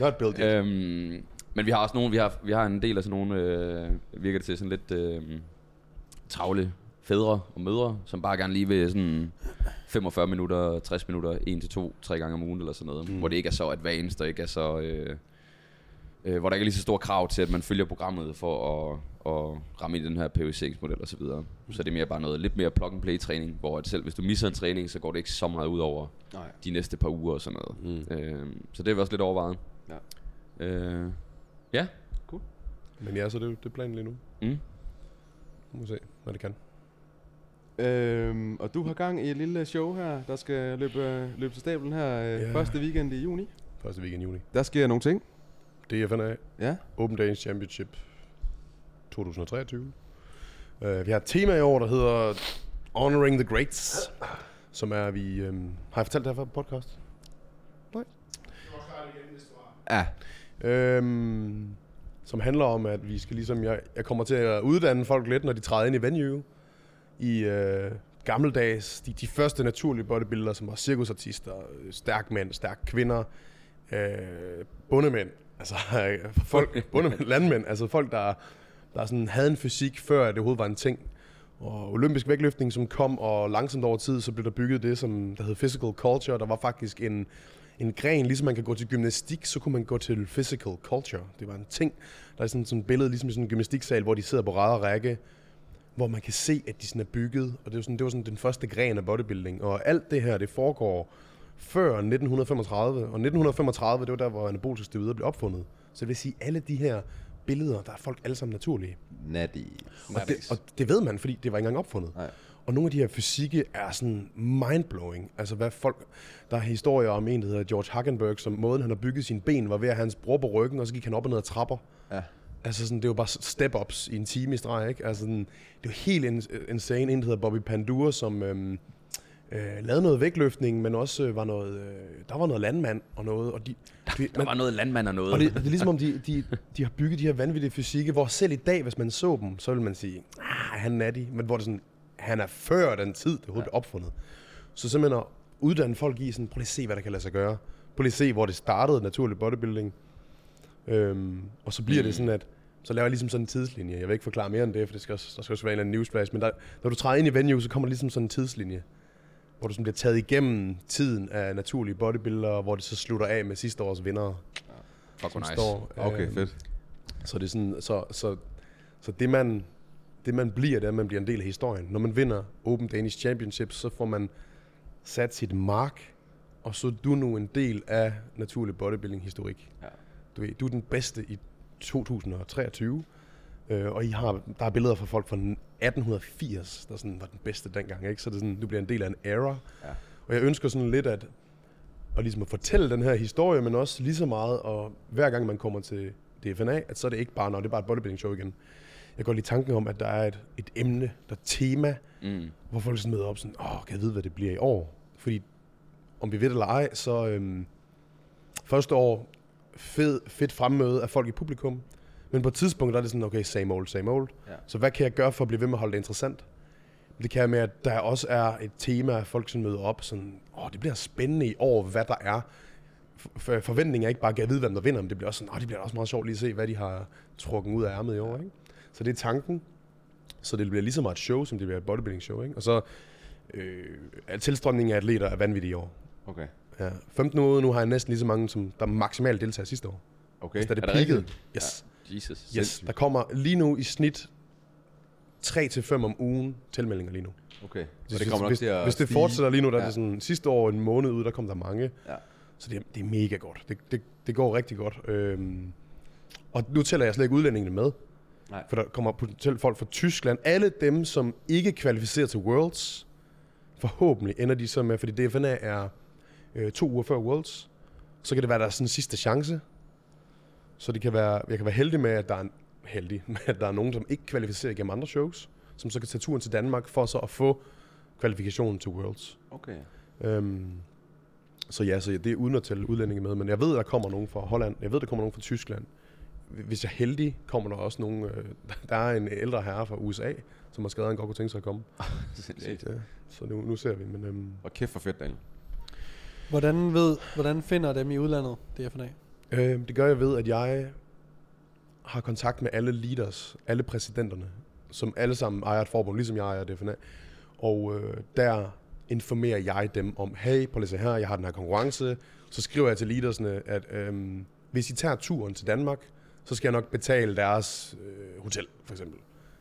Not built yet.
Øhm, men vi har også nogle, vi har, vi har en del af sådan nogle, øh, virker det til sådan lidt øh, travle fædre og mødre, som bare gerne lige vil sådan 45 minutter, 60 minutter, 1 til 2, 3 gange om ugen eller sådan noget, mm. hvor det ikke er så advanced, og ikke er så, øh, øh, hvor der ikke er lige så store krav til, at man følger programmet for at, at ramme ind i den her periodiseringsmodel og så videre. Så det er mere bare noget lidt mere plug and play træning, hvor at selv hvis du misser en træning, så går det ikke så meget ud over
Nej.
de næste par uger og sådan noget. Mm. Øh, så det er vi også lidt overvejet.
Ja.
Øh, ja.
Men ja, så det, er jo- det er planen lige nu.
Mm.
Nu må vi se, hvad det kan.
Øhm, og du har gang i et lille show her, der skal løbe, øh, løbe til stablen her øh,
Ja.
første weekend i juni. Øhm.
Første weekend i juni.
Der sker nogle ting.
Det er af
Ja.
Open Danish Championship 2023. Uh, vi har et tema i år, der hedder Honoring the Greats, som er, at vi... Um, har jeg fortalt det her før på podcast?
Ja.
Øhm, som handler om, at vi skal ligesom, jeg, jeg kommer til at uddanne folk lidt, når de træder ind i venue. I øh, gammeldags, de, de første naturlige bodybuildere, som var cirkusartister, øh, stærk mænd, stærk kvinder, øh, bundemænd, altså øh, folk, bundemænd, landmænd, altså folk, der, der sådan havde en fysik, før det overhovedet var en ting. Og olympisk vægtløftning, som kom, og langsomt over tid, så blev der bygget det, som der hed physical culture. Der var faktisk en, en gren, ligesom man kan gå til gymnastik, så kunne man gå til physical culture. Det var en ting. Der er sådan, sådan et billede, ligesom i sådan en gymnastiksal, hvor de sidder på ræd og række, hvor man kan se, at de sådan er bygget, og det var sådan, det var sådan den første gren af bodybuilding, og alt det her, det foregår før 1935, og 1935, det var der, hvor anaboliske steroider blev opfundet. Så det vil sige, alle de her billeder, der er folk alle sammen naturlige.
Natty.
Og det, og det ved man, fordi det var ikke engang opfundet.
Nej.
Og nogle af de her fysikke er sådan mindblowing. Altså hvad folk... Der er historier om en, der hedder George Hackenberg, som måden han har bygget sine ben, var ved at have hans bror på ryggen, og så gik han op og ned ad trapper.
Ja.
Altså sådan, det var bare step-ups i en time i streg, ikke? Altså sådan, det var helt in- insane. En, der hedder Bobby Pandura, som øhm, øh, lavede noget vægtløftning, men også øh, var noget... Øh, der var noget landmand og noget, og de... de
Der var noget landmand og noget.
og det, det er ligesom om, de, de, de har bygget de her vanvittige fysikke, hvor selv i dag, hvis man så dem, så vil man sige, ah, han er natty. Men hvor det er sådan, han er før den tid, det overhovedet blev opfundet. Så simpelthen at uddanne folk i sådan, prøv lige at se, hvad der kan lade sig gøre. Prøv lige at se, hvor det startede, naturlig bodybuilding. Øhm, og så bliver mm. det sådan, at så laver jeg ligesom sådan en tidslinje. Jeg vil ikke forklare mere end det, for det skal også, der skal også være en eller anden newsflash. Men der, når du træder ind i venue, så kommer der ligesom sådan en tidslinje hvor du sådan bliver taget igennem tiden af naturlige bodybuildere, hvor det så slutter af med sidste års vindere
Fuck, hvor
som
nice.
står.
Okay,
øhm,
fedt.
Så det er sådan, så, så, så det man, det man bliver, det er, at man bliver en del af historien. Når man vinder Open Danish Championship, så får man sat sit mark, og så er du nu en del af naturlig bodybuilding-historik.
Ja.
Du, ved, du er den bedste i 2023, øh, og I har, der er billeder fra folk fra 1880, der sådan var den bedste dengang, ikke? så det er sådan, du bliver en del af en era.
Ja.
Og jeg ønsker sådan lidt at, at ligesom at fortælle den her historie, men også lige så meget, og hver gang man kommer til DFNA, at så er det ikke bare, når det er bare et bodybuilding show igen. Jeg går lige tanken om, at der er et, et emne, der er et tema,
Mm.
hvor folk sådan møder op sådan, åh, kan jeg vide, hvad det bliver i år? Fordi om vi ved det eller ej, så øhm, første år fed, fedt fremmøde af folk i publikum. Men på et tidspunkt der er det sådan, okay, same old, same old.
Ja.
Ja. Så hvad kan jeg gøre for at blive ved med at holde det interessant? Det kan jeg med, at der også er et tema, at folk sådan møder op sådan, åh, det bliver spændende i år, hvad der er. For, forventningen er ikke bare, at jeg vide, hvem der vinder, men det bliver også sådan, åh, det bliver også meget sjovt lige at se, hvad de har trukket ud af ærmet i år, ikke? Så det er tanken. Så det bliver lige så meget et show, som det bliver et bodybuilding show. Ikke? Og så øh, er tilstrømningen af atleter er vanvittig i år.
Okay.
Ja. 15 uger nu har jeg næsten lige så mange, som der maksimalt deltager sidste år.
Okay.
Så er det
er det
peaked.
rigtigt?
Yes.
Jesus.
Ja. yes. Der kommer lige nu i snit 3-5 om ugen tilmeldinger lige nu.
Okay. Så det kommer nok
hvis,
til at
hvis det
stige.
fortsætter lige nu, der ja. er
Ja.
det sådan, sidste år en måned ude, der kom der mange.
Ja.
Så det, er- det er mega godt. Det, det, det går rigtig godt. Øhm, og nu tæller jeg slet ikke udlændingene med.
Nej.
For der kommer potentielt folk fra Tyskland. Alle dem, som ikke kvalificerer til Worlds, forhåbentlig ender de så med, fordi DFNA er øh, to uger før Worlds, så kan det være, der er sådan en sidste chance. Så det kan være, jeg kan være heldig med, at der er en, heldig, med, at der er nogen, som ikke kvalificerer gennem andre shows, som så kan tage turen til Danmark for så at få kvalifikationen til Worlds.
Okay.
Øhm, så ja, så ja, det er uden at tælle udlændinge med, men jeg ved, der kommer nogen fra Holland, jeg ved, der kommer nogen fra Tyskland. Hvis jeg er heldig, kommer der også nogen, øh, der er en ældre herre fra USA, som har skadet, han godt kunne tænke sig at komme.
Sindssygt.
Ja, så nu, nu ser vi, men øhm,
Og kæft for fedt, Daniel.
Hvordan, ved, hvordan finder dem i udlandet, DFNA?
øh, det gør jeg ved, at jeg har kontakt med alle leaders, alle præsidenterne, som alle sammen ejer et forbund, ligesom jeg ejer DFNA. Og øh, der informerer jeg dem om, hey, prøv lige at se her, jeg har den her konkurrence. Så skriver jeg til leadersne, at øh, hvis I tager turen til Danmark, så skal jeg nok betale deres øh, hotel, for eksempel.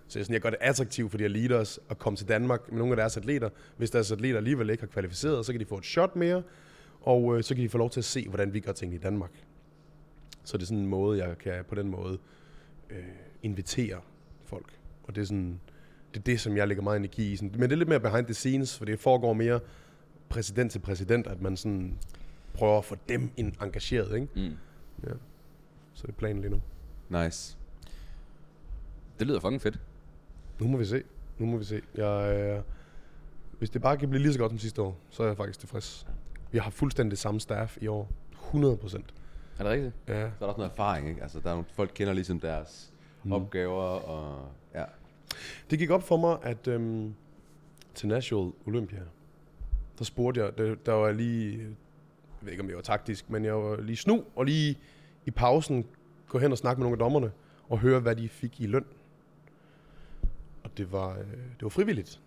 Så jeg, sådan, jeg gør det attraktivt for de her leaders at komme til Danmark med nogle af deres atleter. Hvis deres atleter alligevel ikke har kvalificeret, så kan de få et shot mere, og øh, så kan de få lov til at se, hvordan vi gør ting i Danmark. Så det er sådan en måde, jeg kan på den måde øh, invitere folk. Og det er sådan, det er det, som jeg lægger meget energi i. Sådan. Men det er lidt mere behind the scenes, for det foregår mere præsident til præsident, at man sådan prøver at få dem ind engageret, ikke?
Mm.
Så det er planen lige nu.
Nice.
Det lyder fucking fedt.
Nu må vi se. Nu må vi se. Jeg, øh, hvis det bare kan blive lige så godt som sidste år, så er jeg faktisk tilfreds. Vi har fuldstændig det samme staff i år. 100 procent.
Er det rigtigt?
Ja.
Så er der også noget erfaring, ikke? Altså, der er nogle folk, kender ligesom deres mm. opgaver og... Ja.
Det gik op for mig, at øhm, til National Olympia, der spurgte jeg, der, der var jeg lige, jeg ved ikke om jeg var taktisk, men jeg var lige snu, og lige i pausen gå hen og snakke med nogle af dommerne, og høre, hvad de fik i løn. Og det var, øh, det var frivilligt.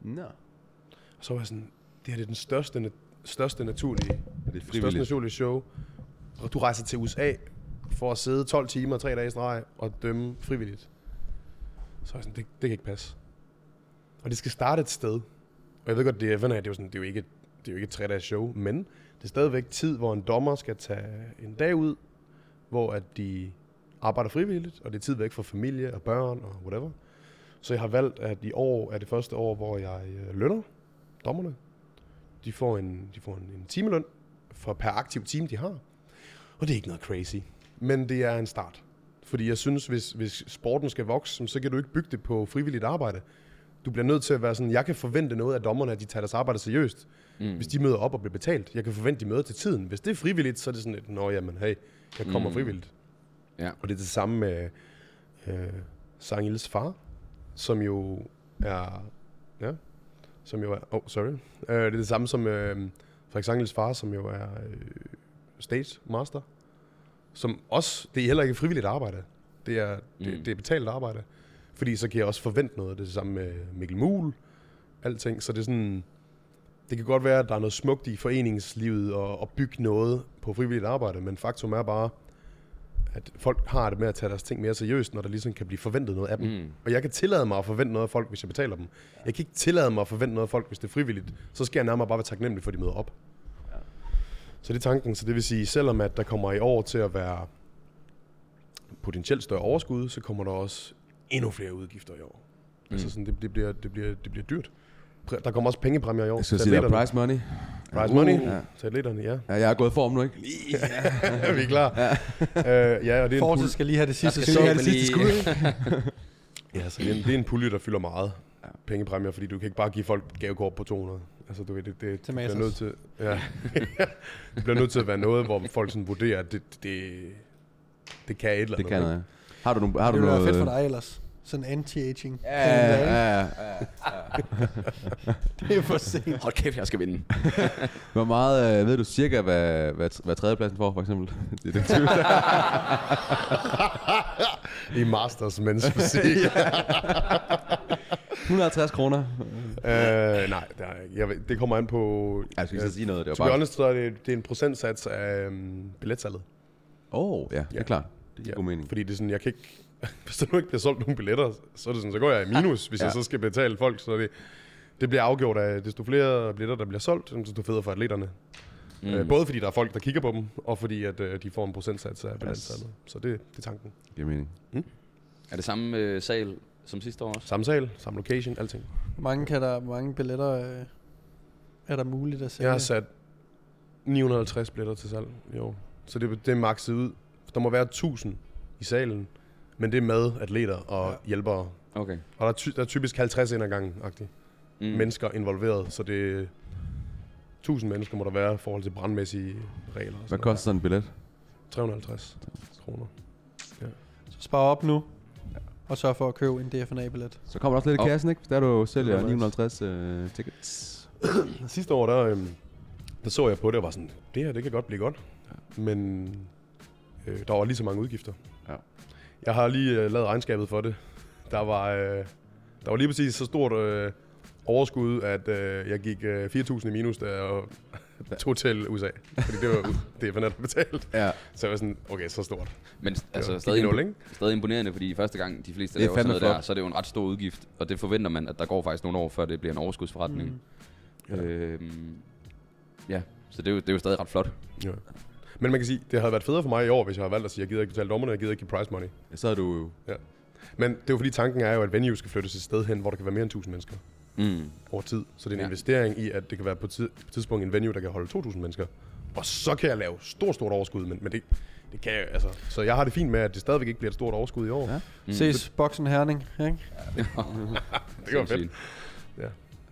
Nå.
Og så var jeg sådan, det her det er den største, na- største naturlige
Er det
største
frivilligt?
naturlige show, og du rejser til USA for at sidde 12 timer og 3 dage i streg og dømme frivilligt. Så er jeg sådan, det, det kan ikke passe. Og det skal starte et sted. Og jeg ved godt, det er, FNA, det er jo, sådan, det er jo ikke, det er jo ikke et tre-dages show, men det er stadigvæk tid, hvor en dommer skal tage en dag ud, hvor at de arbejder frivilligt, og det er tid væk fra familie og børn og whatever. Så jeg har valgt, at i år er det første år, hvor jeg øh, lønner dommerne. De får en, de får en, en timeløn for per aktiv time, de har. Og det er ikke noget crazy. Men det er en start. Fordi jeg synes, hvis, hvis sporten skal vokse, så kan du ikke bygge det på frivilligt arbejde. Du bliver nødt til at være sådan, jeg kan forvente noget af dommerne, at de tager deres arbejde seriøst. Mm. Hvis de møder op og bliver betalt. Jeg kan forvente, de møder til tiden. Hvis det er frivilligt, så er det sådan lidt, nå jamen, hey, jeg kommer mm. frivilligt.
Ja.
Og det er det samme med øh, Sangils far, som jo er... Ja, som jo er... Oh, sorry. Øh, det er det samme som øh, Frederik Sangils far, som jo er øh, stage master. Som også... Det er heller ikke frivilligt arbejde. Det er, det,
Mm.
det er betalt arbejde. Fordi så kan jeg også forvente noget. Det er det samme med Mikkel Muhl. Alting. Så det er sådan... Det kan godt være, at der er noget smukt i foreningslivet og, og bygge noget på frivilligt arbejde, men faktum er bare, at folk har det med at tage deres ting mere seriøst, når der ligesom kan blive forventet noget af dem.
Mm.
Mm. Og jeg kan tillade mig at forvente noget af folk, hvis jeg betaler dem. Jeg kan ikke tillade mig at forvente noget af folk, hvis det er frivilligt. Så skal jeg nærmere bare være taknemmelig for, at de møder op. Så det er tanken. Så det vil sige, selvom at der kommer i år til at være potentielt større overskud, så kommer der også endnu flere udgifter i år. Mm. Altså sådan, det, det, bliver, det, bliver, det bliver dyrt. Præ- Der kommer også pengepræmier i år.
Jeg skal
til
sige, der er
atleterne.
prize money.
Prize money
Uh. Ja.
til atleterne, ja.
Ja, jeg er gået i form nu, ikke?
ja. vi er klar. Ja, øh, ja og det er en
Fortis
pulje.
skal lige have det sidste
skal
skud.
lige
Ja,
have det sidste
Ja, så det er, en, det er en pulje, der fylder meget pengepræmier, fordi du kan ikke bare give folk gavekort på 200. Altså, du ved, det, det,
Til
det bliver
Matas.
nødt til, ja. det bliver nødt til at være noget, hvor folk sådan vurderer, at det, det, det kan et eller andet.
Det kan
ikke?
jeg. Har du, nogle, har du
Det ville
noget...
være fedt for dig ellers. Sådan anti-aging.
Ja, ja, ja, ja.
Det er for sent.
Hold kæft, jeg skal vinde.
Hvor meget, øh, ved du cirka, hvad, hvad, hvad tredjepladsen får, for eksempel? det er det tvivl.
I masters mens fysik.
150 kroner.
øh, nej, det, er, jeg, ved- det kommer an på...
Ja, jeg skal ikke så sige noget, det
To
var
be
bare...
honest, så er det, det er en procentsats af um, billetsalget.
Åh, oh, ja, det er
Ja.
klart. Det giver god mening.
Fordi det er sådan, jeg kan ikke... Hvis der nu ikke bliver solgt nogen billetter, så, er det sådan, så går jeg i minus, hvis
Ja.
ja. jeg så skal betale folk. Så er det, det bliver afgjort af, desto flere billetter, der bliver solgt, jamen, desto federe for atleterne. Mm. Øh, både fordi der er folk, der kigger på dem, og fordi at, øh, de får en procentsats af billetsalget. Så det, det er tanken.
Det giver mening.
Er det samme øh, sal som sidste år også?
Samme sal, samme location, alting.
Hvor mange, kan der, hvor mange billetter øh, er der muligt at sælge?
Jeg har sat 950 billetter til salg i år. Så det, det er makset ud. Der må være 1000 i salen, men det er med atleter og ja. hjælpere.
Okay.
Og der er, ty- der er typisk 50 ind ad gangen-agtigt. mm. mennesker involveret, så det 1000 mennesker må der være i forhold til brandmæssige regler. og
Hvad
sådan
koster sådan en billet?
noget. 350 kroner.
Så spar op nu, og sørg for at købe en DFNA-billet.
Så kommer der også lidt i
Åh.
kassen, ikke? Der du sælger
Det er nice.
950 øh, tickets.
Sidste år, der, øhm, der så jeg på det og var sådan, det her det kan godt blive godt, men øh, der var lige så mange udgifter.
Ja.
Jeg har lige øh, lavet regnskabet for det. Der var, øh, der var lige præcis så stort øh, overskud, at øh, jeg gik øh, 4.000 i minus, da jeg tog til USA. Fordi det var det, jeg betalt.
Ja.
Så jeg var sådan, okay, så stort.
Men altså,
Ja,
stadig,
i nul, ikke?
stadig imponerende, fordi første gang de fleste
Det er
laver sådan
fandme
noget der,
flot.
så er det jo en ret stor udgift. Og det forventer man, at der går faktisk nogle år, før det bliver en overskudsforretning. Mm. Øhm, ja, så det er, jo, det er jo stadig ret flot.
Ja. Men man kan sige, det havde været federe for mig i år, hvis jeg havde valgt at sige, jeg gider ikke betale dommerne, jeg gider ikke give prize money.
Så er du jo...
Men det er jo fordi tanken er jo, at venue skal flyttes et sted hen, hvor der kan være mere end 1000 mennesker
Mm.
over tid. Så det er en
Ja.
ja. investering i, at det kan være på tid- på et tidspunkt en venue, der kan holde 2000 mennesker. Og så kan jeg lave stort, stort overskud, men, men det, det kan jeg altså. Så jeg har det fint med, at det stadigvæk ikke bliver et stort overskud i år.
Ja.
Ja.
Mm. Ses, Boksen Herning. Ikke?
Det var fedt.
Sindssygt.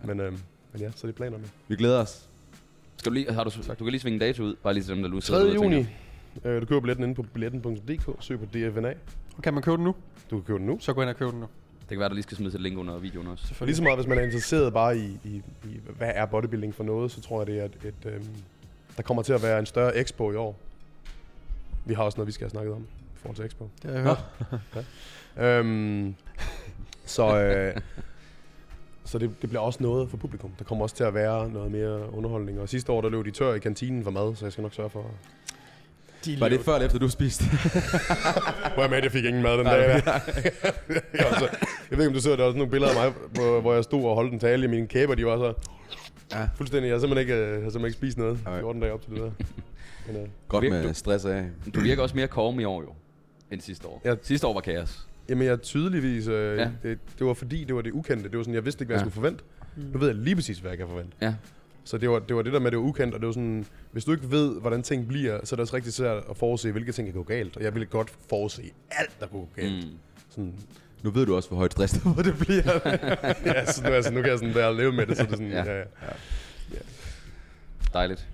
Men, øhm, men ja, så det er planerne.
Vi glæder os.
Skal du, lige, har du, du kan lige svinge en dato ud, bare lige til dem, der nu
3.
derude og
juni.
tænker,
Øh, du køber billetten inde på billetten.dk, søg på DFNA.
Og kan man købe den nu?
Du kan købe den nu.
Så gå ind og køb den nu.
Det kan være, der lige skal smide et link under videoen også.
For lige så meget, hvis man er interesseret bare i, i, i hvad er bodybuilding for noget, så tror jeg, det er et, et øhm, der kommer til at være en større expo i år. Vi har også noget, vi skal have snakket om i forhold til expo.
Det har jeg hørt.
Øhm, så øh, så det, det bliver også noget for publikum. Der kommer også til at være noget mere underholdning. Og sidste år, der løb de tør i kantinen for mad, så jeg skal nok sørge for...
De
Var det før eller efter, du spiste?
Hvor jeg med, jeg fik ingen mad den dag. der. altså, jeg ved ikke, om du så, der var sådan nogle billeder af mig, hvor, hvor jeg stod og holdt en tale i mine kæber, de var så... Ja. Fuldstændig, jeg har simpelthen ikke, øh, jeg har simpelthen ikke spist noget.
Nej.
14 dage op til det der. Men, øh,
Godt
Virkelig.
med stress af.
Du virker også mere korm i år jo, end sidste år.
Ja.
Ja. Sidste år var kaos.
jamen, jeg er tydeligvis... Øh, ja.
Ja.
det, det, var fordi, det var det ukendte. Det var sådan, jeg vidste ikke, hvad jeg
Ja.
skulle forvente. Nu ved jeg lige præcis, hvad jeg kan forvente.
Ja.
Så det var, det var det der med, at det var ukendt, og det var sådan, hvis du ikke ved, hvordan ting bliver, så er det også rigtig svært at forudse, hvilke ting kan gå galt. Og jeg ville godt forudse alt, der kunne gå galt. Mm.
Mm.
Sådan,
Nu ved du også, hvor højt stress det var.
det bliver. ja, så nu, altså, nu kan jeg sådan være leve med det, så det er sådan, ja.
Ja.
Ja, ja.
Dejligt.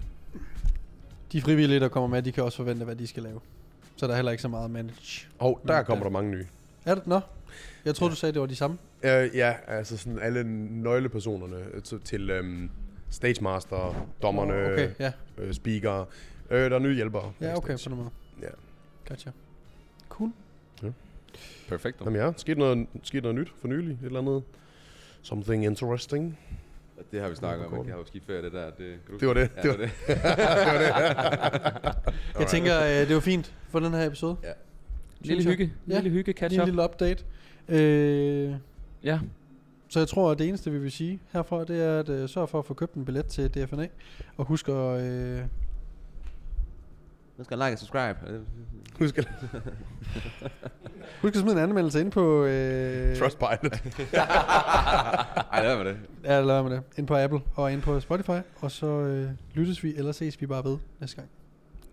De frivillige, der kommer med, de kan også forvente, hvad de skal lave. Så der er heller ikke så meget at manage.
Og der
Mm,
kommer
ja.
der mange nye.
Er det? Nå. Jeg troede, du sagde, det var de samme.
Uh, ja, altså sådan alle nøglepersonerne øh, til, til um, stagemaster, dommerne, okay.
Okay, ja.
øh, speaker. Øh, der er nye hjælpere.
Ja, okay, på
backstage.
den måde.
Ja.
Gotcha. Cool.
Perfekt.
Jamen ja, skete noget, skete noget nyt for nylig? Et eller andet? Something interesting?
Det har vi snakket om. ikke? Jeg har jo skiferie, det der. Det, kan du
Det var det.
Ja,
det var
det.
Jeg tænker, øh, det var fint for den her episode.
Ja.
Lille
Synes jeg.
hygge.
Ja.
Lille hygge catch
Lige en
up.
lille update. Øh,
Ja.
så jeg tror, at det eneste, vi vil sige herfra, det er at øh, sørge for at få købt en billet til DFNA. Og husk at... Øh,
Man skal like og subscribe.
Husk at
husk at smide en anmeldelse ind på... Øh,
Trustpilot.
Ej, lad være med det.
Ja, lad være med det. Ind på Apple og ind på Spotify. Og så øh, lyttes vi, eller ses vi bare ved næste gang.